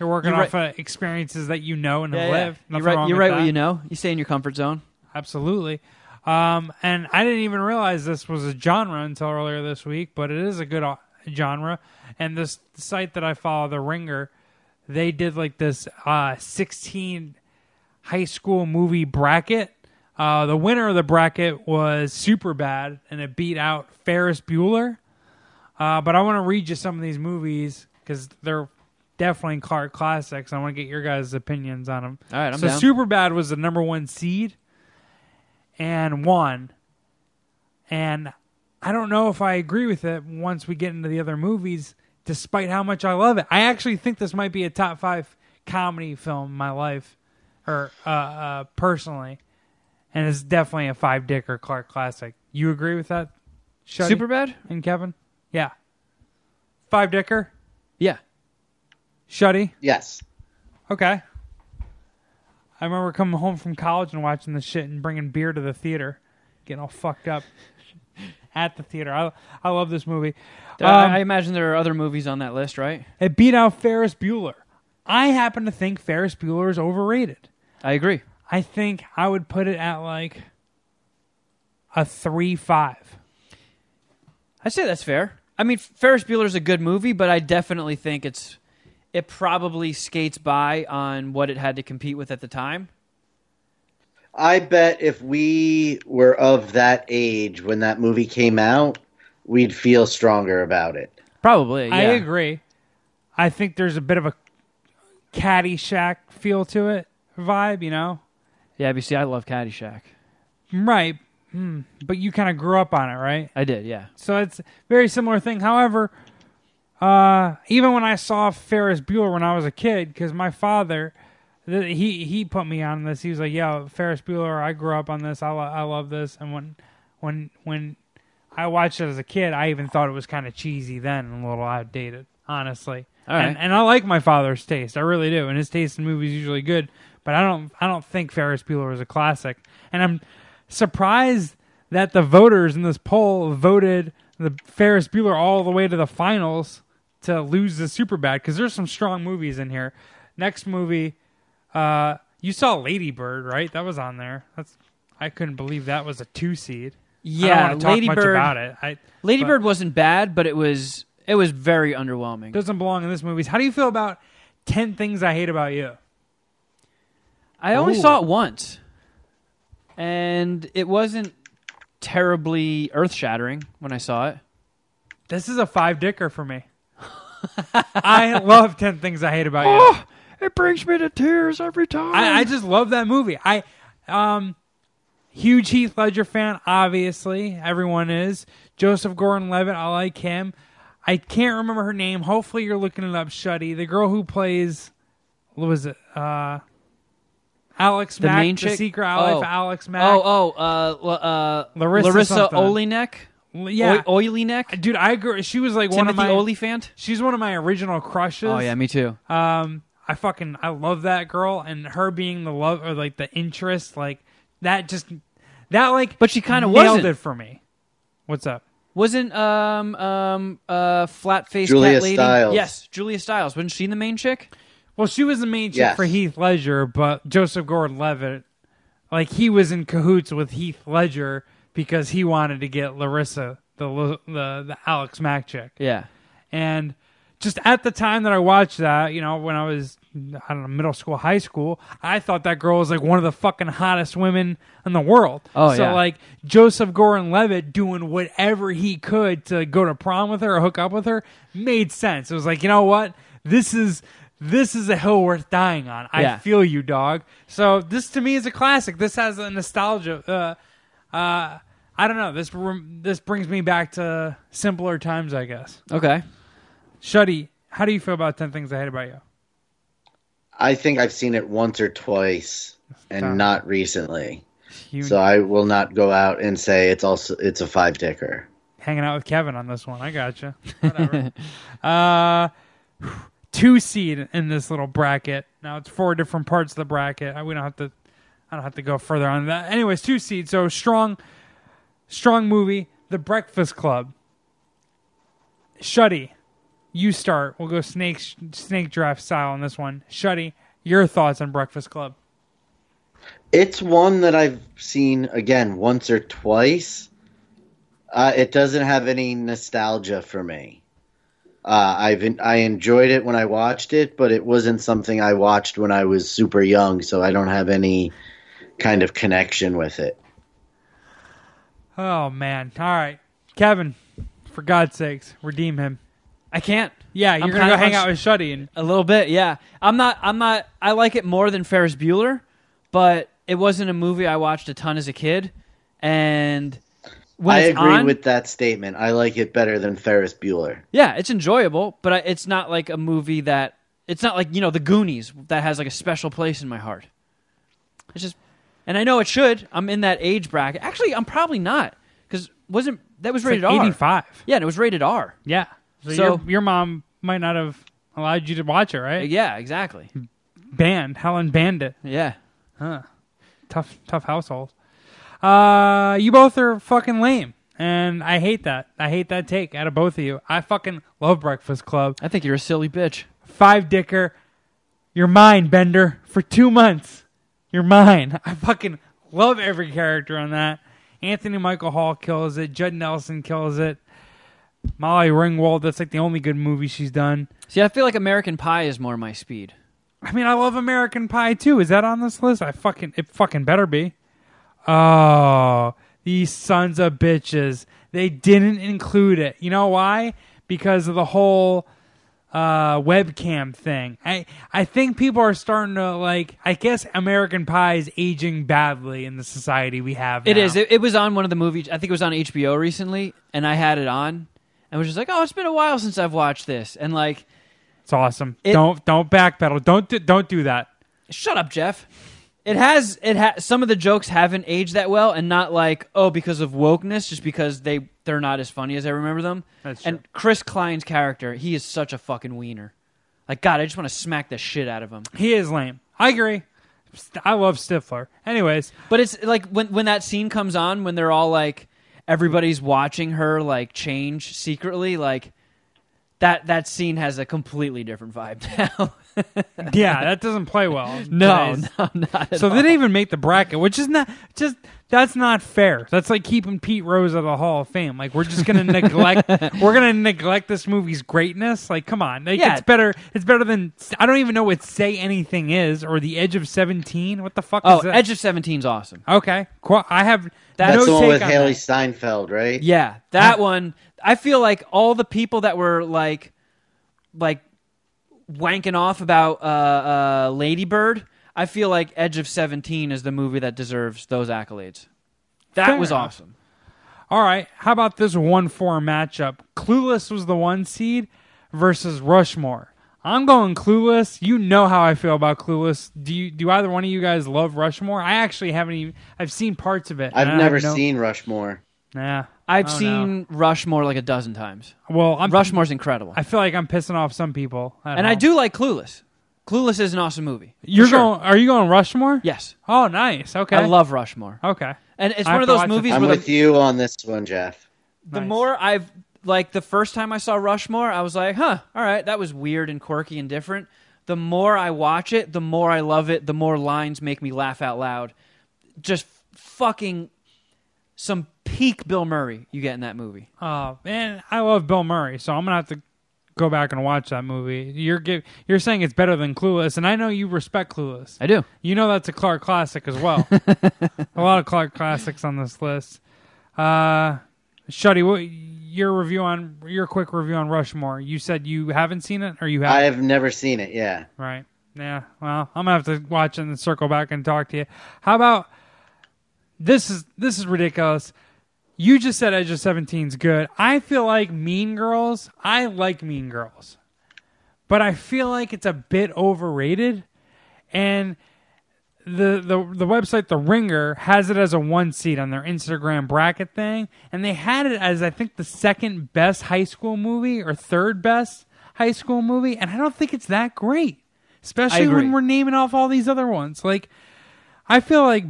E: you're working
C: You write-
E: off uh, experiences that you know and
C: yeah,
E: have
C: yeah.
E: lived.
C: you
E: Nothing
C: write
E: wrong
C: you
E: with
C: write
E: that.
C: what you know. You stay in your comfort zone.
E: Absolutely. Um, and I didn't even realize this was a genre until earlier this week, but it is a good uh, genre. And this site that I follow, The Ringer, they did like this uh, 16 high school movie bracket. Uh, the winner of the bracket was Super Bad, and it beat out Ferris Bueller. Uh, but I want to read you some of these movies because they're definitely Clark classics. I want to get your guys' opinions on them.
C: All right, I'm
E: so
C: down.
E: Superbad was the number one seed and won. And I don't know if I agree with it once we get into the other movies, despite how much I love it. I actually think this might be a top five comedy film in my life, or uh, uh, personally. And it's definitely a five dick or Clark classic. You agree with that? Shuddy
C: Super bad.
E: and Kevin? Yeah. Five dicker?
C: Yeah,
E: Shuddy.
D: Yes.
E: Okay. I remember coming home from college and watching this shit and bringing beer to the theater, getting all fucked up at the theater. I I love this movie.
C: Uh,
E: Um,
C: I imagine there are other movies on that list, right?
E: it beat out Ferris Bueller. I happen to think Ferris Bueller is overrated.
C: I agree.
E: I think I would put it at like a three five.
C: I say that's fair. I mean, Ferris Bueller's a good movie, but I definitely think it's it probably skates by on what it had to compete with at the time.
D: I bet if we were of that age when that movie came out, we'd feel stronger about it.
C: Probably, yeah.
E: I agree. I think there's a bit of a Caddyshack feel to it, vibe. You know,
C: Yeah, but you see, I love Caddyshack.
E: right? Hmm. But you kind of grew up on it, right?
C: I did, yeah.
E: So it's a very similar thing. However, uh, even when I saw Ferris Bueller when I was a kid, because my father, th- he he put me on this. He was like, "Yo, Ferris Bueller, I grew up on this. I lo- I love this." And when when when I watched it as a kid, I even thought it was kind of cheesy then and a little outdated, honestly.
C: All right.
E: And, and I like my father's taste, I really do, and his taste in movies is usually good. But I don't I don't think Ferris Bueller is a classic, and I'm surprised that the voters in this poll voted the Ferris Bueller all the way to the finals to lose the super bad because there's some strong movies in here. Next movie, uh, you saw Lady Bird, right? That was on there. That's I couldn't believe that was a two seed. I
C: Yeah,
E: don't wanna talk
C: Lady
E: much
C: Bird-
E: about it. I
C: Lady
E: but-
C: Bird wasn't bad, but it was it was very underwhelming.
E: doesn't belong in this movie. How do you feel about Ten Things I Hate About You?
C: I only
E: Ooh.
C: saw it once, and it wasn't terribly earth shattering when I saw it.
E: This is a five dicker for me. I love Ten Things I Hate About You.
C: Oh. It brings me to tears every time.
E: I, I just love that movie. I um huge Heath Ledger fan, obviously. Everyone is. Joseph Gordon Levitt, I like him. I can't remember her name. Hopefully you're looking it up, Shuddy. The girl who plays what was it? Uh Alex
C: The
E: Mack,
C: main
E: the
C: chick?
E: secret ally
C: Oh.
E: for Alex Mack.
C: oh oh uh, l- uh
E: Larissa
C: Larissa
E: something.
C: Olenek.
E: yeah.
C: Oy- Oilenek?
E: Dude, I grew, she was like one of
C: Timothy
E: my
C: Olyphant.
E: She's one of my original crushes.
C: Oh yeah, me too.
E: Um, I fucking I love that girl and her being the love or like the interest, like that just that like.
C: But she kinda
E: nailed
C: wasn't.
E: it for me. What's up?
C: Wasn't um um uh flat faced
D: Julia
C: cat lady?
D: Stiles.
C: Yes, Julia Stiles. Wasn't she the main chick?
E: Well, she was the main chick
D: Yes.
E: for Heath Ledger, but Joseph Gordon-Levitt, like he was in cahoots with Heath Ledger because he wanted to get Larissa, the the the Alex Mack chick.
C: Yeah.
E: And just at the time that I watched that, you know, when I was I don't know middle school, high school, I thought that girl was like one of the fucking hottest women in the world.
C: Oh,
E: so
C: yeah.
E: like Joseph Gordon-Levitt doing whatever he could to go to prom with her or hook up with her made sense. It was like you know what, this is. This is a hill worth dying on. I
C: Yeah.
E: feel you, dog. So this to me is a classic. This has a nostalgia. Uh, uh, I don't know. This rem- this brings me back to simpler times, I guess.
C: Okay.
E: Shuddy, how do you feel about 10 Things I Hate About You?
D: I think I've seen it once or twice and
E: Wow.
D: not recently.
E: You
D: So I will not go out and say it's also it's a five ticker.
E: hanging out with Kevin on this one. I gotcha. Whatever. uh, two seed in this little bracket. Now it's four different parts of the bracket. I, we don't have to. I don't have to go further on that. Anyways, two seed. So strong, strong movie. The Breakfast Club. Shuddy, you start. We'll go snake snake draft style on this one. Shuddy, your thoughts on Breakfast Club?
D: It's one that I've seen again once or twice. Uh, it doesn't have any nostalgia for me. Uh, I've en- I enjoyed it when I watched it, but it wasn't something I watched when I was super young, so I don't have any kind of connection with it.
E: Oh man! All right, Kevin. For God's sakes, redeem him.
C: I can't.
E: Yeah,
C: I'm
E: you're gonna
C: kinda
E: go hang
C: cons-
E: out with Shuddy and
C: A little bit, yeah. I'm not. I'm not. I like it more than Ferris Bueller, but it wasn't a movie I watched a ton as a kid, and when
D: I
C: it's
D: agree
C: on-
D: with that statement. I like it better than Ferris Bueller.
C: yeah, it's enjoyable, but I, it's not like a movie that it's not like you know the Goonies that has like a special place in my heart. It's just, and I know it should. I'm in that age bracket. Actually, I'm probably not because wasn't that was
E: It's
C: rated
E: like
C: R?
E: 85.
C: Yeah, and it was rated R.
E: Yeah. So,
C: So-
E: your, your mom might not have allowed you to watch it, right?
C: Yeah, exactly.
E: Hmm. Banned. Helen banned it.
C: Yeah.
E: Tough, tough household. Uh, you both are fucking lame, and I hate that. I hate that take out of both of you. I fucking love Breakfast Club.
C: I think you're a silly bitch.
E: Five Dicker, you're mine, Bender. For two months, you're mine. I fucking love every character on that. Anthony Michael Hall kills it. Judd Nelson kills it. Molly Ringwald. That's like the only good movie she's done.
C: See, I feel like American Pie is more my speed.
E: I mean, I love American Pie too. Is that on this list? I fucking it fucking better be. Oh, these sons of bitches. They didn't include it. You know why? Because of the whole uh, webcam thing. I I think people are starting to like. I guess American Pie is aging badly in the society we have.
C: It
E: now.
C: is. It, it was on one of the movies. I think it was on HBO recently, and I had it on, and was just like, "Oh, it's been a while since I've watched this." And like,
E: It's awesome.
C: It-
E: don't don't backpedal. Don't do, don't do that.
C: shut up, Jeff. It has. It has. Some of the jokes haven't aged that well, and not like, oh, because of wokeness, just because they they're not as funny as I remember them.
E: That's true.
C: And Chris Klein's character, he is such a fucking wiener. Like, God, I just want to smack the shit out of him.
E: He is lame. I agree. St- I love Stifler. Anyways,
C: But it's like when when that scene comes on when they're all like everybody's watching her like change secretly like that that scene has a completely different vibe now.
E: yeah, that doesn't play well.
C: no,
E: Today's-
C: no, not at
E: So
C: all.
E: they didn't even make the bracket, which is not just that's not fair. That's like keeping Pete Rose out of the Hall of Fame. Like we're just gonna neglect we're gonna neglect this movie's greatness. Like come on, like
C: Yeah.
E: it's better it's better than I don't even know what say anything is or the Edge of Seventeen. What the fuck
C: Oh,
E: is that?
C: Edge of 17's awesome.
E: okay, cool. I have
D: That's
E: no
D: the one
E: take
D: with
E: on
D: Haley
E: that.
D: Steinfeld, right?
C: Yeah, that one I feel like all the people that were like like wanking off about uh uh Ladybird, I feel like Edge of 17 is the movie that deserves those accolades. That
E: Fair
C: was
E: enough.
C: awesome.
E: All right, how about this one four matchup? Clueless was the one seed versus Rushmore. I'm going Clueless. You know how I feel about Clueless. Do you? Do either one of you guys love Rushmore? I actually haven't even. I've seen parts of it. and
D: I've
E: I
D: never
E: know-
D: seen Rushmore.
E: Nah.
C: I've
E: I don't know.
C: seen Rushmore like a dozen times.
E: Well, Oh, I'm.
C: Rushmore's incredible,
E: I feel like I'm pissing off some people. at
C: and I
E: home.
C: do like Clueless. Clueless is an awesome movie. for
E: You're
C: sure.
E: going? Are you going Rushmore?
C: Yes,
E: Oh, nice. Okay.
C: I love Rushmore,
E: Okay.
C: and it's
E: I
C: one of
E: have to
C: those
E: watch it.
C: movies
D: I'm
C: where
D: with
C: the,
D: you on this one, Jeff.
C: the
E: Nice.
C: more I've like the first time I saw Rushmore, I was like, "Huh, all right, that was weird and quirky and different." The more I watch it, the more I love it. The more lines make me laugh out loud. Just fucking some peak Bill Murray you get in that movie.
E: Oh man, I love Bill Murray, so I'm gonna have to go back and watch that movie. You're give, you're saying it's better than Clueless, and I know you respect Clueless.
C: I do.
E: You know that's a Clark classic as well. a lot of Clark classics on this list. Uh, Shuddy, what your review on your quick review on Rushmore? You said you haven't seen it, or you have
D: I have never seen it. Yeah.
E: right? Yeah. Well, I'm gonna have to watch it and circle back and talk to you. How about this is this is ridiculous. You just said Edge of Seventeen's good. I feel like Mean Girls. I like Mean Girls, but I feel like it's a bit overrated, and the the the website The Ringer has it as a one seed on their Instagram bracket thing, and they had it as I think the second best high school movie or third best high school movie, and I don't think it's that great, especially
C: agree.
E: when we're naming off all these other ones. Like, I feel like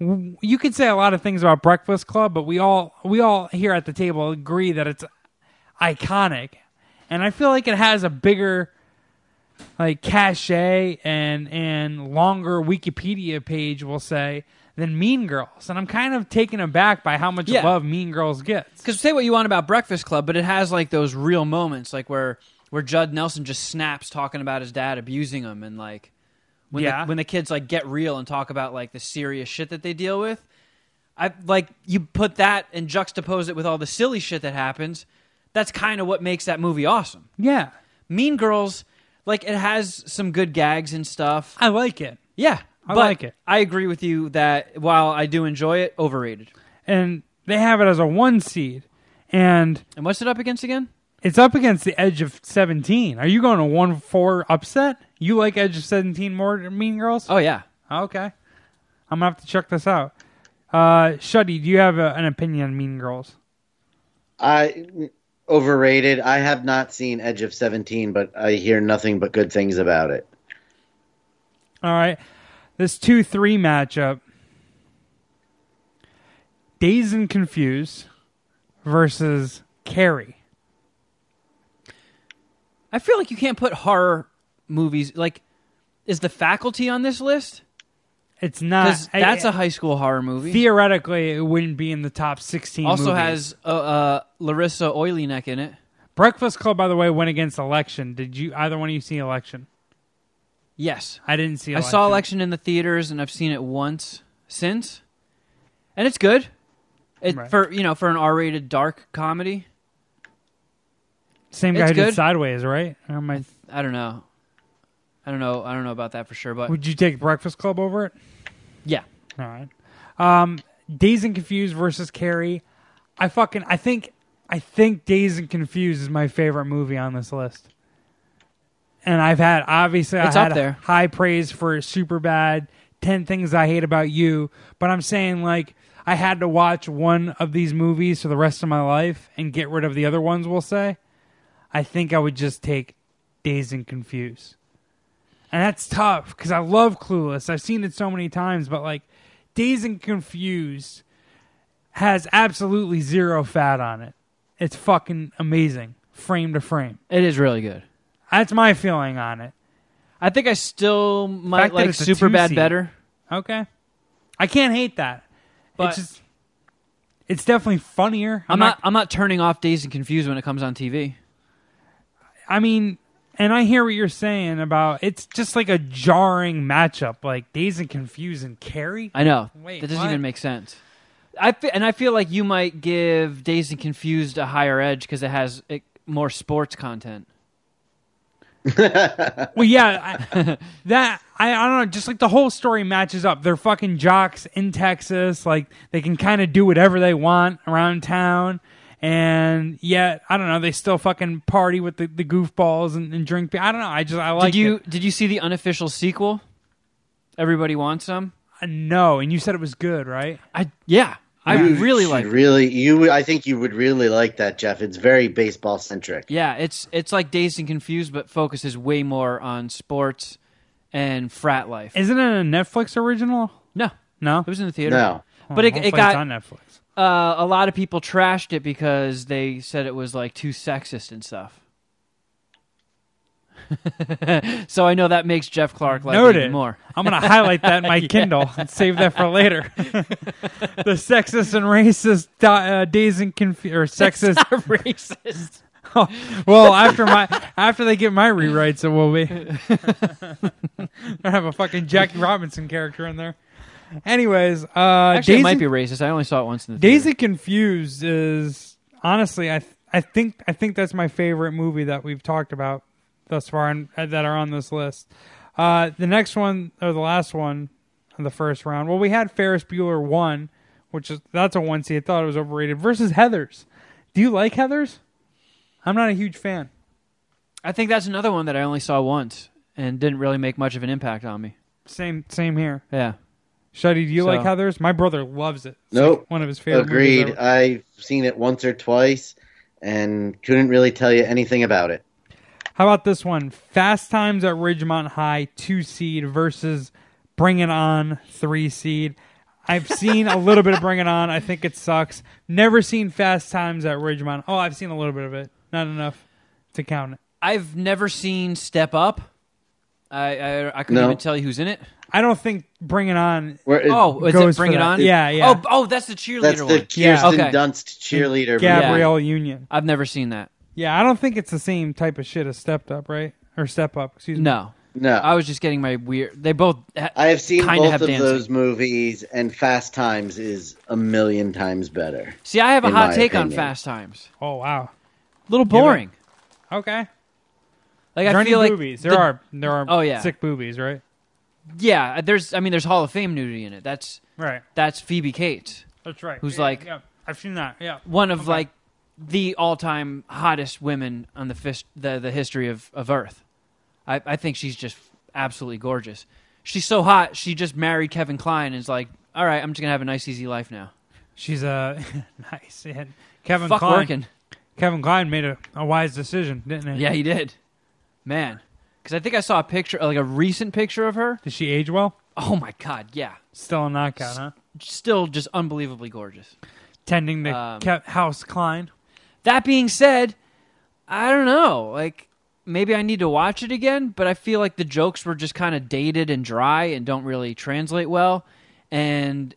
E: w- you could say a lot of things about Breakfast Club, but we all we all here at the table agree that it's iconic, and I feel like it has a bigger like cachet and and longer Wikipedia page will say than Mean Girls, and I'm kind of taken aback by how much
C: Yeah.
E: love Mean Girls gets.
C: Because say what you want about Breakfast Club, but it has like those real moments, like where where Judd Nelson just snaps talking about his dad abusing him, and like when
E: Yeah.
C: the, when the kids like get real and talk about like the serious shit that they deal with. I like you put that and juxtapose it with all the silly shit that happens. That's kind of what makes that movie awesome.
E: Yeah,
C: Mean Girls, like it has some good gags and stuff.
E: I like it.
C: Yeah,
E: I
C: but
E: like it.
C: I agree with you that while I do enjoy it, overrated.
E: and they have it as a one seed, and
C: And what's it up against again?
E: it's up against the edge of seventeen. Are you going to one four upset? You like Edge of Seventeen more than Mean Girls?
C: Oh yeah,
E: Okay, I'm gonna have to check this out. Uh, Shuddy, do you have a, an opinion on Mean Girls?
D: I overrated. I have not seen Edge of Seventeen, but I hear nothing but good things about it.
E: All right. This 2 3 matchup Dazed and Confused versus Carrie.
C: I feel like you can't put horror movies like is the faculty on this list?
E: It's not.
C: Because that's
E: a
C: a high school horror movie.
E: theoretically it wouldn't be in the top sixteen.
C: also
E: movies.
C: has uh, uh, Larissa Oily Neck in it.
E: Breakfast Club. By the way, went against Election. Did you either one of you see Election?
C: Yes.
E: Oh, I didn't see.
C: I
E: Election.
C: saw Election in the theaters and I've seen it once since. And it's good. It
E: Right.
C: for you know, for an R rated dark comedy.
E: Same guy
C: It's
E: who
C: good.
E: did Sideways, right? Or am I-
C: I don't know. I don't know I don't know about that for sure, but
E: would you take Breakfast Club over it?
C: yeah.
E: All right. Um, Days and Confused versus Carrie. I fucking I think I think Days and Confused is my favorite movie on this list. And I've had obviously
C: It's
E: I
C: up
E: had
C: there.
E: high praise for Super Bad, Ten Things I Hate About You, but I'm saying like I had to watch one of these movies for the rest of my life and get rid of the other ones. We'll say, I think I would just take Days and Confused. And that's tough because I love Clueless. I've seen it so many times, but like Dazed and Confused has absolutely zero fat on it. It's fucking amazing, frame to frame.
C: It is really good.
E: That's my feeling on it.
C: I think I still might
E: Fact that
C: like
E: it's a
C: Super Bad
E: two-seed.
C: better.
E: Okay, I can't hate that.
C: But-
E: it's just, it's definitely funnier.
C: I'm not I'm not turning off Days and Confused when it comes on TV.
E: I mean, and I hear what you're saying about it's just like a jarring matchup, like Dazed and Confused and Carrie.
C: I know.
E: Wait,
C: that doesn't
E: what?
C: even make sense. I fe- and I feel like you might give Dazed and Confused a higher edge because it has it, more sports content.
E: Well, yeah, I, that I, I don't know. Just like the whole story matches up. They're fucking jocks in Texas. Like they can kind of do whatever they want around town, and yet I don't know. They still fucking party with the, the goofballs and, and drink. beer. I don't know. I just I like
C: did you did you see the unofficial sequel? Everybody wants some.
E: Uh, No, and you said it was good, right?
C: I yeah, I
D: You
C: really
D: should
C: like. it.
D: Really, you. I think you would really like that, Jeff. It's very baseball centric.
C: Yeah, it's it's like Dazed and Confused, but focuses way more on sports and frat life.
E: Isn't it a Netflix original?
C: no,
E: No,
C: it was in the theater.
D: No,
C: but it,
E: Hopefully
C: it
E: it's
C: got
E: on Netflix.
C: uh, a lot of people trashed it because they said it was like too sexist and stuff. so I know that makes Jeff Clark like it even
E: Noted.
C: more.
E: I'm gonna highlight that in my Kindle and save that for later. the sexist and racist di- uh, days and confu- or sexist.
C: racist.
E: well, after my after they get my rewrites, it will be. I have a fucking Jackie Robinson character in there. Anyways, uh,
C: Actually,
E: days
C: it might
E: and-
C: be racist. I only saw it once in the
E: Days
C: theater.
E: and Confused is honestly, I th- I think I think that's my favorite movie that we've talked about thus far and uh, that are on this list. Uh, the next one or the last one in the first round. Well, we had Ferris Bueller one, which is that's a one seed. I thought it was overrated versus Heather's. Do you like Heather's? I'm not a huge fan.
C: I think that's another one that I only saw once and didn't really make much of an impact on me.
E: Same same here.
C: Yeah.
E: Shuddy, do you
C: So-
E: like Heather's? My brother loves it. It's
D: Nope.
E: like one of his favorite. movies
D: agreed.
E: ever.
D: I've seen it once or twice, and couldn't really tell you anything about it.
E: How about this one? Fast Times at Ridgemont High, two seed versus Bring It On, three seed. I've seen a little bit of Bring It On. I think it sucks. Never seen Fast Times at Ridgemont. Oh, I've seen a little bit of it. Not enough to count it.
C: I've never seen Step Up. I I, I couldn't
D: No.
C: even tell you who's in it.
E: I don't think Bring It On.
D: Where it-
C: Oh, is
E: goes
C: it
E: for
C: Bring It
E: that.
C: On?
E: Yeah, yeah.
C: Oh, oh, that's the cheerleader
D: that's the
C: one.
D: Kirsten
E: Yeah.
C: Okay.
D: Dunst cheerleader.
C: Yeah.
E: Gabrielle Union.
C: I've never seen that.
E: Yeah, I don't think it's the same type of shit as Stepped Up, right? Or Step Up, excuse me.
C: No.
D: No,
C: I was just getting my weird. They both. Ha-
D: I have seen
C: kinda
D: both
C: have
D: of
C: dancing.
D: those movies, and Fast Times is a million times better.
C: See, I have a
D: in
C: hot
D: my
C: take on
D: opinion.
C: Fast Times.
E: Oh, wow.
C: A little boring.
E: Okay.
C: Like
E: Is there
C: I
E: any
C: feel like
E: boobies?
C: the-
E: there are there are
C: Oh, yeah.
E: sick boobies, right?
C: Yeah, there's. I mean, there's Hall of Fame nudity in it. That's
E: Right.
C: that's Phoebe Cates,
E: That's right.
C: Who's
E: Yeah,
C: like-
E: yeah. I've seen that. Yeah.
C: one of
E: Okay.
C: like the all-time hottest women on the fis- the the history of of Earth. I I think she's just absolutely gorgeous. She's so hot. She just married Kevin Klein and is like, all right, I'm just gonna have a nice, easy life now.
E: She's a uh, nice. And Kevin
C: Fuck
E: Kline.
C: working.
E: Kevin Klein made a, a wise decision, didn't he?
C: Yeah, he did. Man, because I think I saw a picture, like a recent picture of her.
E: Did she age well?
C: Oh my god, yeah,
E: Still a knockout, huh?
C: still just unbelievably gorgeous.
E: Tending the
C: Um,
E: Kev- House Klein.
C: That being said, I don't know. Like maybe I need to watch it again, but I feel like the jokes were just kind of dated and dry and don't really translate well, and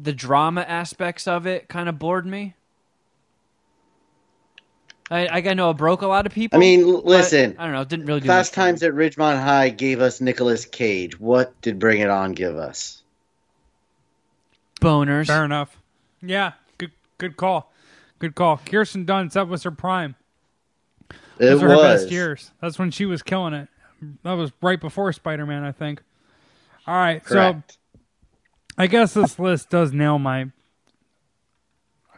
C: the drama aspects of it kind of bored me. I, I know it broke a lot of people.
D: I mean, l-
C: but
D: listen.
C: I don't know. It didn't really do much
D: Fast
C: for me.
D: Times at Ridgemont High gave us Nicolas Cage. What did Bring It On give us?
C: boners.
E: Fair enough. Yeah, good good call. Good call. Kirsten Dunst, that was her prime.
D: It
E: Those were her
D: was.
E: best years. That's when she was killing it. That was right before Spider Man, I think. All right, so
D: Correct.
E: I guess this list does nail my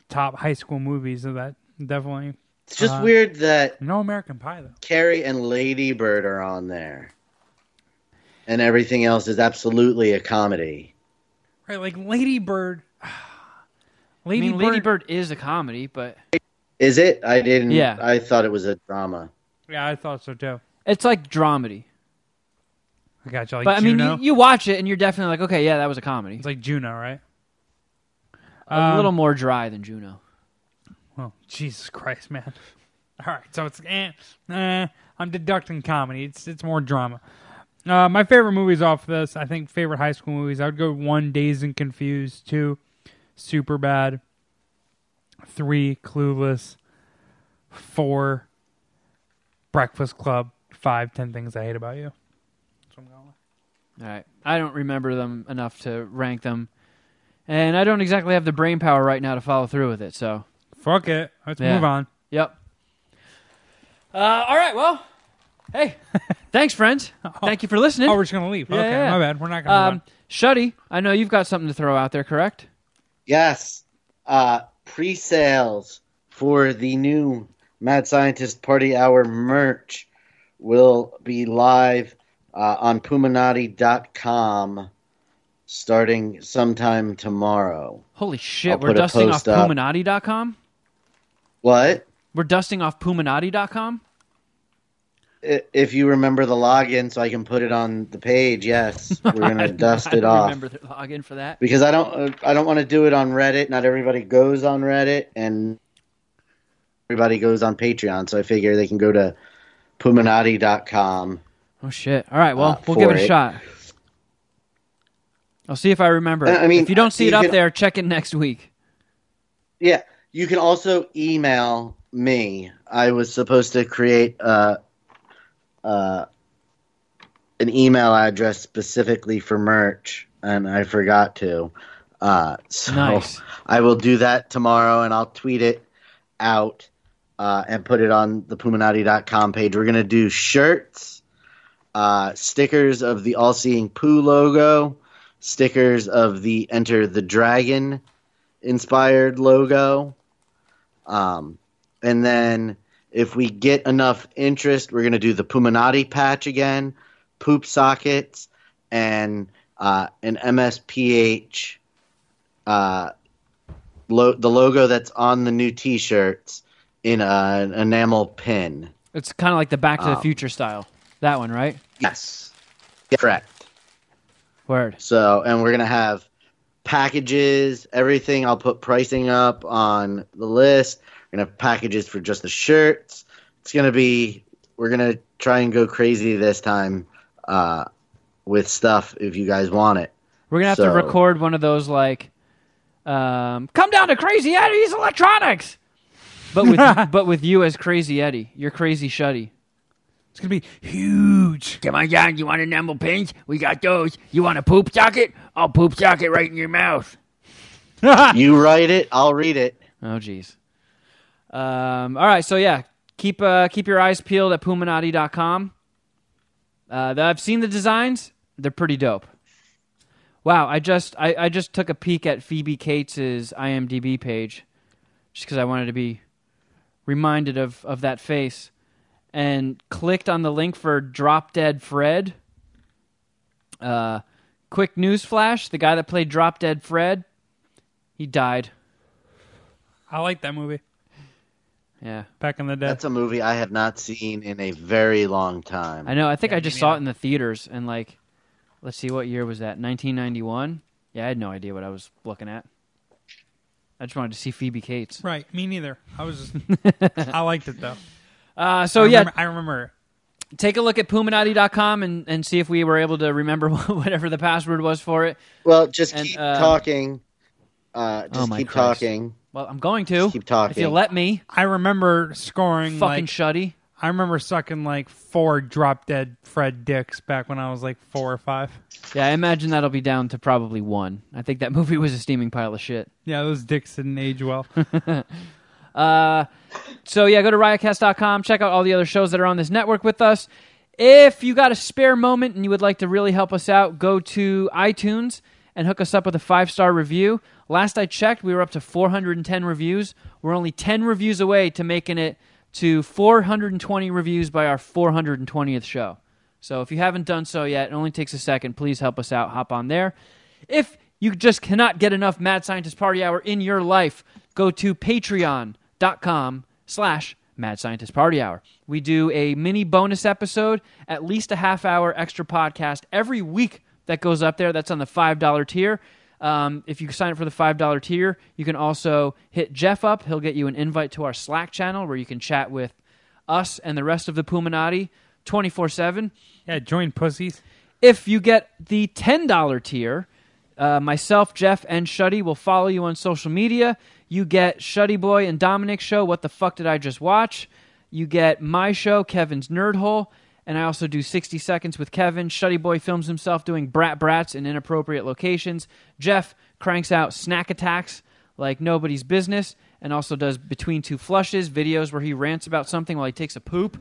E: top high school movies of that. Definitely
D: it's just
E: uh,
D: weird that
E: no American Pie though.
D: Carrie and Lady Bird are on there, and everything else is absolutely a comedy.
E: Right, like Lady Bird.
C: I
E: Lady
C: mean, Lady Bird is a comedy, but
D: Is it? I didn't.
C: Yeah.
D: I thought it was a drama.
E: Yeah, I thought so too.
C: it's like dramedy.
E: I got you. Like
C: but I mean,
E: Juno.
C: you, you watch it and you're definitely like, okay, yeah, that was a comedy.
E: it's like Juno, right?
C: a
E: Um,
C: little more dry than Juno.
E: Well, Jesus Christ, man. All right, so it's eh, eh, I'm deducting comedy. It's it's more drama. Uh, my favorite movies off this, I think, favorite high school movies. I would go one, Days and Confused, two, Super Bad, three, Clueless, four, Breakfast Club, five, Ten Things I Hate About You. That's what I'm going with.
C: All right, I don't remember them enough to rank them, and I don't exactly have the brain power right now to follow through with it. So,
E: Fuck it. Let's
C: Yeah.
E: move on.
C: yep. Uh, all right, well, hey, thanks, friends. Thank you for listening.
E: Oh, we're just gonna leave.
C: Yeah,
E: okay,
C: yeah.
E: my bad. We're not gonna. move
C: um,
E: on.
C: Shuddy, I know you've got something to throw out there, correct?
D: Yes. Uh, pre-sales for the new Mad Scientist Party Hour merch will be live uh, on Puminati.com starting sometime tomorrow.
C: Holy shit,
D: I'll
C: we're
D: put a
C: dusting off
D: post up.
C: Puminati.com.
D: What?
C: We're dusting off Puminati.com.
D: I- If you remember the login, so I can put it on the page. Yes, we're
C: I
D: gonna
C: don't-
D: dust
C: I
D: it
C: don't
D: off
C: Remember the login for that.
D: because I don't. Uh, I don't want to do it on Reddit. Not everybody goes on Reddit, and everybody goes on Patreon. So I figure they can go to puminati.com
C: Oh shit! All right, well,
D: Uh,
C: we'll give
D: for
C: it a
D: it.
C: shot. I'll see if I remember.
D: Uh, I mean,
C: if you don't see it
D: you
C: up
D: can-
C: there, check it next week.
D: Yeah, you can also email me. I was supposed to create uh, uh, an email address specifically for merch, and I forgot to. Uh, so
C: Nice.
D: I will do that tomorrow, and I'll tweet it out uh, and put it on the Puminati.com page. We're gonna do shirts, uh, stickers of the All Seeing Pooh logo, stickers of the Enter the Dragon inspired logo. Um, and then if we get enough interest, we're going to do the Puminati patch again, poop sockets, and uh, an MSPH. Uh, lo- the logo that's on the new T-shirts in a, an enamel pin.
C: It's kind of like the Back to the
D: Um,
C: Future style. That one, right?
D: Yes, correct.
C: Word.
D: So, and we're gonna have packages, everything. I'll put pricing up on the list. We're gonna have packages for just the shirts. It's gonna be. We're gonna try and go crazy this time uh, with stuff if you guys want it.
C: We're gonna have to
D: So-
C: record one of those like, um, come down to Crazy Eddie's Electronics, but with but with you as Crazy Eddie, you're Crazy Shuddy.
E: It's gonna be huge.
F: Come on down. You want enamel pins? We got those. You want a poop socket? I'll poop socket right in your mouth.
C: Ah.
D: You write it, I'll read it.
C: Oh jeez. Um, all right, so yeah, keep uh, keep your eyes peeled at Puminati.com. Uh, th- I've seen the designs; they're pretty dope. Wow, I just I, I just took a peek at Phoebe Cates's IMDb page, just because I wanted to be reminded of of that face, and clicked on the link for Drop Dead Fred. Uh, quick news flash: the guy that played Drop Dead Fred, he died.
E: I like that movie.
C: Yeah.
B: back in the day.
D: That's a movie I have not seen in a very long time.
C: I know. I think
B: Yeah,
C: I just
B: me
C: saw
B: neither.
C: it in the theaters and like, let's see, what year was that? 1991. Yeah, I had no idea what I was looking at. I just wanted to see Phoebe Cates.
B: Right. Me neither. I was just. I liked it though.
C: Uh, so
E: Oh,
B: I
C: yeah,
B: remember, I remember. it.
C: take a look at pumanati.com and, and see if we were able to remember whatever the password was for it.
D: Well, just
C: And,
D: keep
C: uh,
D: talking. Uh,
C: Oh,
D: just
C: my
D: keep
C: Christ.
D: talking.
C: Well, I'm going to.
D: Just keep
C: If you
D: talking.
C: let me,
B: I remember scoring
C: fucking
B: like
C: shuddy.
B: I remember sucking like four drop dead Fred dicks back when I was like four or five.
C: Yeah, I imagine that'll be down to probably one. I think that movie was a steaming pile of shit.
B: Yeah, those dicks didn't age well.
C: Uh, so yeah, go to riotcast.com, check out all the other shows that are on this network with us. If you got a spare moment and you would like to really help us out, go to iTunes and hook us up with a five star review. Last I checked, we were up to 410 reviews. We're only 10 reviews away to making it to 420 reviews by our 420th show. So if you haven't done so yet, it only takes a second. Please help us out. Hop on there. If you just cannot get enough Mad Scientist Party Hour in your life, go to patreon.com slash Mad Scientist Party Hour. We do a mini bonus episode, at least a half hour extra podcast every week that goes up there. That's on the $5 tier. Um, if you sign up for the $5 tier, you can also hit Jeff up. He'll get you an invite to our Slack channel where you can chat with us and the rest of the Puminati 24 7
B: yeah, join pussies.
C: if you get the $10 tier, uh, myself, Jeff, and Shuddy will follow you on social media. You get Shuddy Boy and Dominic show, What the Fuck Did I Just Watch? You get my show, Kevin's Nerd Hole. And I also do 60 Seconds with Kevin. Shuddy Boy films himself doing brat brats in inappropriate locations. Jeff cranks out snack attacks like nobody's business and also does Between Two Flushes videos where he rants about something while he takes a poop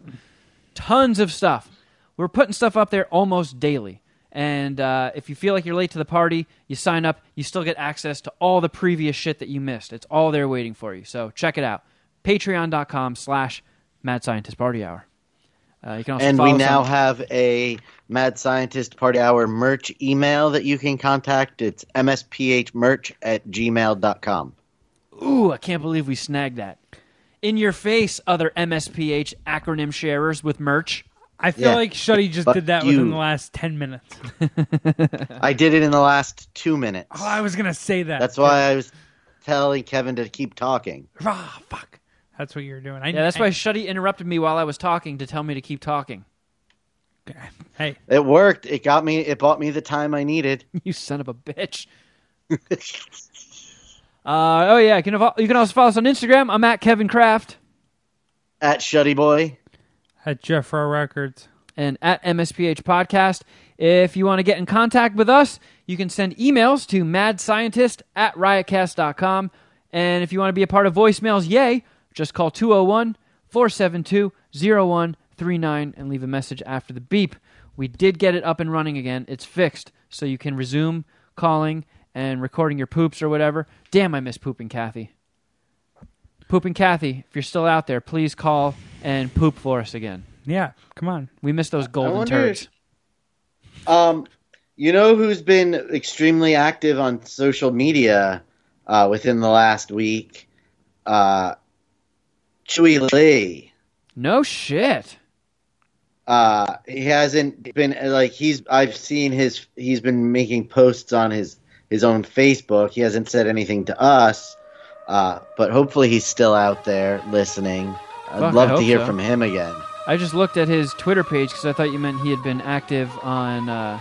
C: tons of stuff. We're putting stuff up there almost daily. And uh, if you feel like you're late to the party, you sign up, you still get access to all the previous shit that you missed. It's all there waiting for you. So check it out. Patreon.com slash Mad Scientist Party Hour. Uh, you can also
D: And
C: follow
D: we
C: us
D: now
C: on-
D: have a Mad Scientist Party Hour merch email that you can contact. It's msphmerch at gmail.com.
C: Ooh, I can't believe we snagged that. In your face, other MSPH acronym sharers with merch.
B: I feel
D: Yeah.
B: like Shuddy just
D: Fuck
B: did that within
D: you.
B: the last ten minutes.
D: I did it in the last two minutes.
B: Oh, I was gonna say that.
D: That's why I was telling Kevin to keep talking.
B: Ah, fuck. That's what you were doing. I,
C: Yeah, that's
B: I-
C: why Shuddy interrupted me while I was talking to tell me to keep talking.
B: Hey,
D: It worked. It got me. It bought me the time I needed.
C: You son of a bitch. Uh, oh yeah, you can avo- you can also follow us on Instagram. I'm at Kevin Kraft
D: At Shuddy Boy.
B: at Jeffro Records.
C: and at MSPH Podcast. If you want to get in contact with us, you can send emails to madscientist at riotcast.com. And if you want to be a part of voicemails, yay, just call 201 472 0139 and leave a message after the beep. We did get it up and running again. It's fixed, so you can resume calling and recording your poops or whatever. Damn, I miss pooping Kathy. Pooping Kathy, if you're still out there, please call and poop for us again.
B: Yeah, come on.
C: We miss those golden
D: wonder-
C: turds.
D: Um, you know who's been extremely active on social media uh, within the last week? Uh, Chewy Lee.
C: No shit.
D: uh he hasn't been like he's i've seen his he's been making posts on his his own facebook he hasn't said anything to us uh but hopefully he's still out there listening i'd
C: Fuck, I
D: love
C: hope
D: to hear
C: so.
D: from him again
C: I just looked at his Twitter page because I thought you meant he had been active on uh,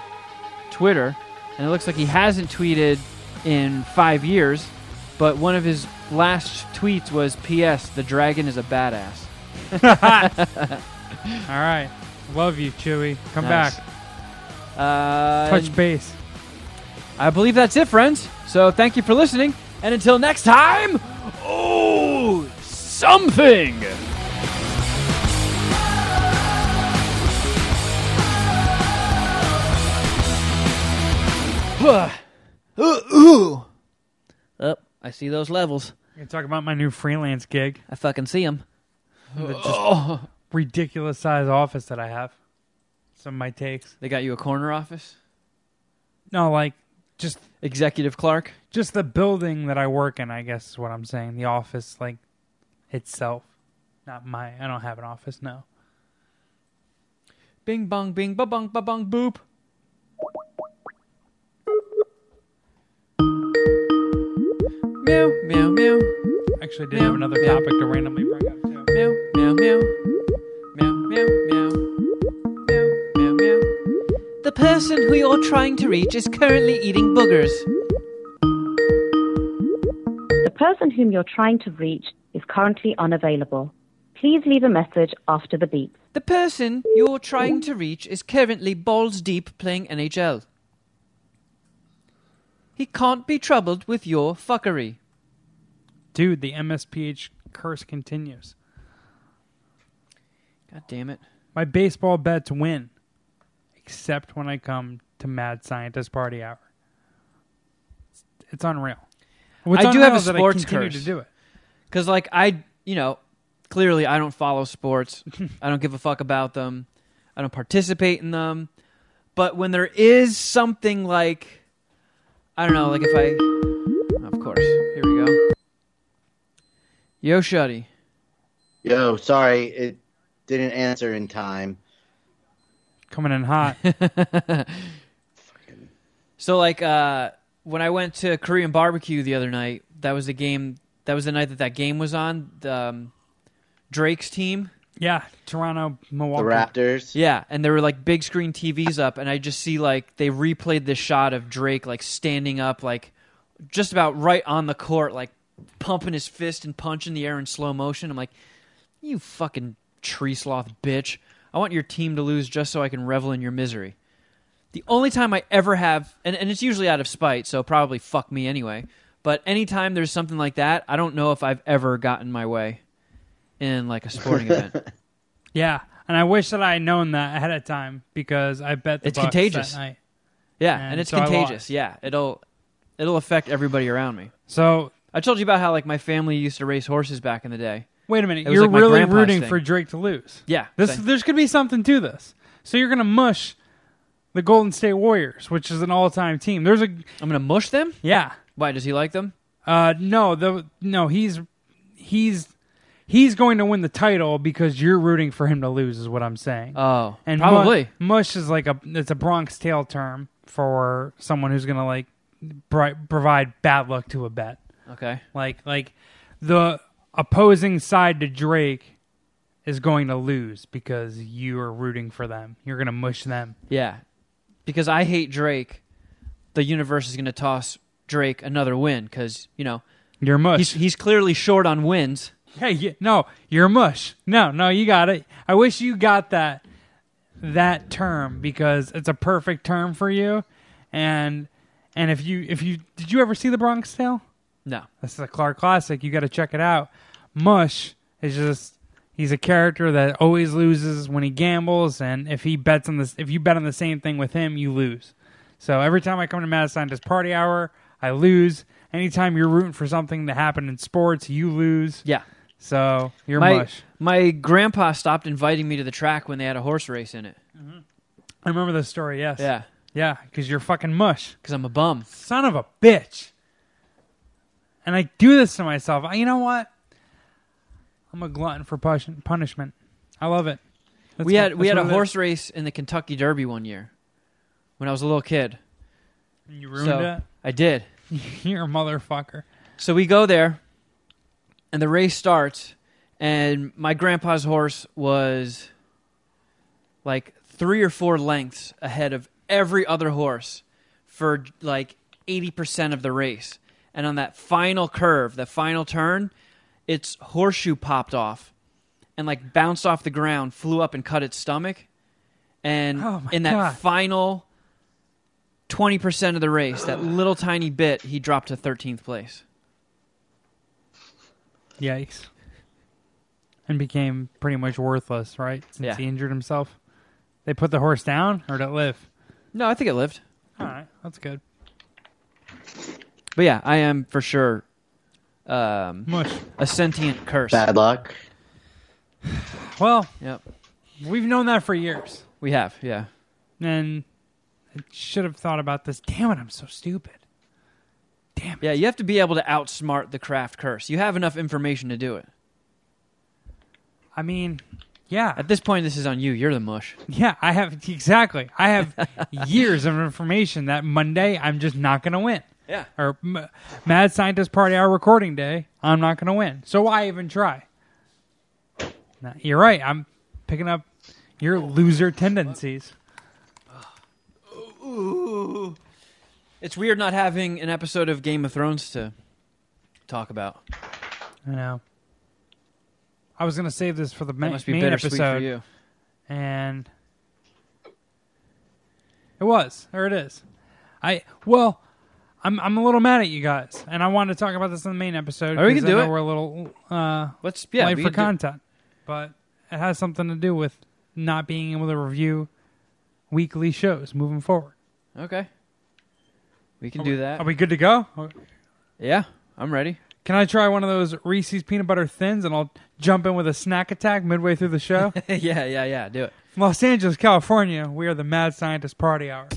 C: Twitter, and it looks like he hasn't tweeted in five years. But one of his last tweets was, "P.S. The dragon is a badass."
B: All right. Love you, Chewy. Come
C: Nice.
B: back.
C: Uh,
B: Touch base.
C: I believe that's it, friends. So thank you for listening, and until next time, oh something. Ooh. Up, Oh, I see those levels.
B: You talk about my new freelance gig.
C: I fucking see them.
B: The just ridiculous size office that I have. Some of my takes.
C: They got you a corner office,
B: No, like just
C: executive clerk.
B: just the building that I work in, I guess is what I'm saying. The office like itself. Not my. I don't have an office. No.
C: Bing bong bing ba bong ba bong boop. Meow meow meow
B: Actually, I did have another
C: Yeah.
B: topic to randomly bring up too.
C: meow meow meow meow meow meow meow meow meow. The person who you're trying to reach is currently eating boogers.
E: The person whom you're trying to reach is currently unavailable. Please leave a message after the beep.
C: The person you're trying to reach is currently balls deep playing NHL. He can't be troubled with your fuckery.
B: Dude, the MSPH curse continues.
C: God damn it.
B: My baseball bets win, except when I come to Mad Scientist Party Hour. It's, it's unreal. What's
C: I do have
B: unreal
C: a
B: is that
C: sports
B: I continue
C: curse.
B: to do it.
C: Because, like, I, you know, clearly I don't follow sports. I don't give a fuck about them. I don't participate in them. But when there is something like, I don't know, like if I. Of course. Here we go. Yo, Shuddy.
D: Yo, sorry, it didn't answer in time.
B: Coming in hot.
C: So like uh, when I went to Korean barbecue the other night, that was the game. That was the night that that game was on. the, um, Drake's team.
B: yeah, Toronto,
D: The
B: Milwaukee.
D: Raptors.
C: Yeah, and there were like big screen TVs up, and I just see like they replayed this shot of Drake like standing up, like just about right on the court, like pumping his fist and punching the air in slow motion. I'm like, you fucking tree sloth bitch! I want your team to lose just so I can revel in your misery. The only time I ever have, and, and it's usually out of spite, so probably fuck me anyway. But anytime there's something like that, I don't know if I've ever gotten my way in like a sporting event.
B: Yeah, and I wish that I had known that ahead of time because I bet the
C: It's
B: Bucks
C: contagious.
B: That night.
C: Yeah, and,
B: And
C: it's
B: so I
C: contagious.
B: lost.
C: Yeah, it'll it'll affect everybody around me.
B: So
C: I told you about how like my family used to race horses back in the day.
B: wait a minute,
C: It was
B: you're
C: like my
B: really
C: grandpa's
B: rooting
C: thing.
B: for Drake to lose.
C: Yeah,
B: This
C: same.
B: there's gonna be something to this. So you're gonna mush the Golden State Warriors, which is an all-time team. There's a
C: I'm gonna mush them.
B: yeah.
C: Why does he like them?
B: Uh, no, the no, he's he's he's going to win the title because you're rooting for him to lose, is what I'm saying.
C: Oh,
B: and mu-
C: probably.
B: mush is like a it's a Bronx Tale term for someone who's gonna like bri- provide bad luck to a bet.
C: okay,
B: Like like the opposing side to Drake is going to lose because you are rooting for them. You're going to mush them.
C: yeah, because I hate Drake. The universe is gonna toss Drake another win because you know
B: You're a
C: he's
B: mush.
C: he's clearly short on wins.
B: Hey, yeah, no, you're a mush. No, no, you got it. I wish you got that that term because it's a perfect term for you. And and if you if you did you ever see the Bronx Tale?
C: No,
B: This is a Clark classic. You got to check it out. Mush is just he's a character that always loses when he gambles, and if he bets on this, if you bet on the same thing with him, you lose. So every time I come to Mad Scientist Party Hour, I lose. Anytime you're rooting for something that happened in sports, you lose.
C: yeah.
B: So you're
C: my
B: mush.
C: my grandpa stopped inviting me to the track when they had a horse race in it.
B: I remember this story. Yes.
C: Yeah,
B: Yeah. Because you're fucking mush.
C: because I'm a bum.
B: son of a bitch. And I do this to myself. I- You know what? I'm a glutton for punish- punishment. I love it. That's
C: we
B: what-
C: had we
B: that's
C: had a
B: what it
C: horse race in the Kentucky Derby one year when I was a little kid.
B: is. You ruined
C: so I did.
B: it. You're a motherfucker.
C: So we go there, and the race starts, and my grandpa's horse was like three or four lengths ahead of every other horse for like 80% of the race. And on that final curve, the final turn, its horseshoe popped off and like bounced off the ground, flew up and cut its stomach. And
B: Oh, my
C: in that
B: God.
C: final 20% of the race, that little tiny bit, he dropped to 13th place.
B: Yikes. And became pretty much worthless, right? Since
C: Yeah.
B: he injured himself. They put the horse down or did it live?
C: No, I think it lived.
B: All right. That's good.
C: But yeah, I am for sure um,
B: Mush.
C: a sentient curse.
D: Bad luck.
B: Well,
C: Yep,
B: we've known that for years.
C: we have. Yeah,
B: And I should have thought about this. Damn it. I'm so stupid. Damn it.
C: yeah. You have to be able to outsmart the craft curse. You have enough information to do it.
B: I mean, yeah,
C: At this point, this is on you. You're the mush.
B: yeah. I have exactly. I have years of information that Monday I'm just not going to win.
C: Yeah.
B: Or M- Mad Scientist Party Hour recording day, I'm not going to win. So why even try? Nah, you're right. I'm picking up your loser tendencies.
C: It's weird not having an episode of Game of Thrones to talk about.
B: I know. I was going to save this for the ma-
C: That must be
B: main
C: bittersweet
B: episode.
C: for you.
B: and it was or it is i well i'm i'm a little mad at you guys and i wanted to talk about this in the main episode
C: Oh, we
B: 'cause
C: can do
B: I know
C: it.
B: we're a little uh
C: Let's yeah,
B: late
C: we
B: for
C: do-
B: content but it has something to do with not being able to review weekly shows moving forward
C: Okay, we can do that.
B: are we good to go Or-
C: yeah, I'm ready.
B: can i try one of those reese's peanut butter thins and i'll jump in with a snack attack midway through the show
C: yeah, yeah, yeah. Do it.
B: From Los Angeles, California, we are the Mad Scientist Party Hour.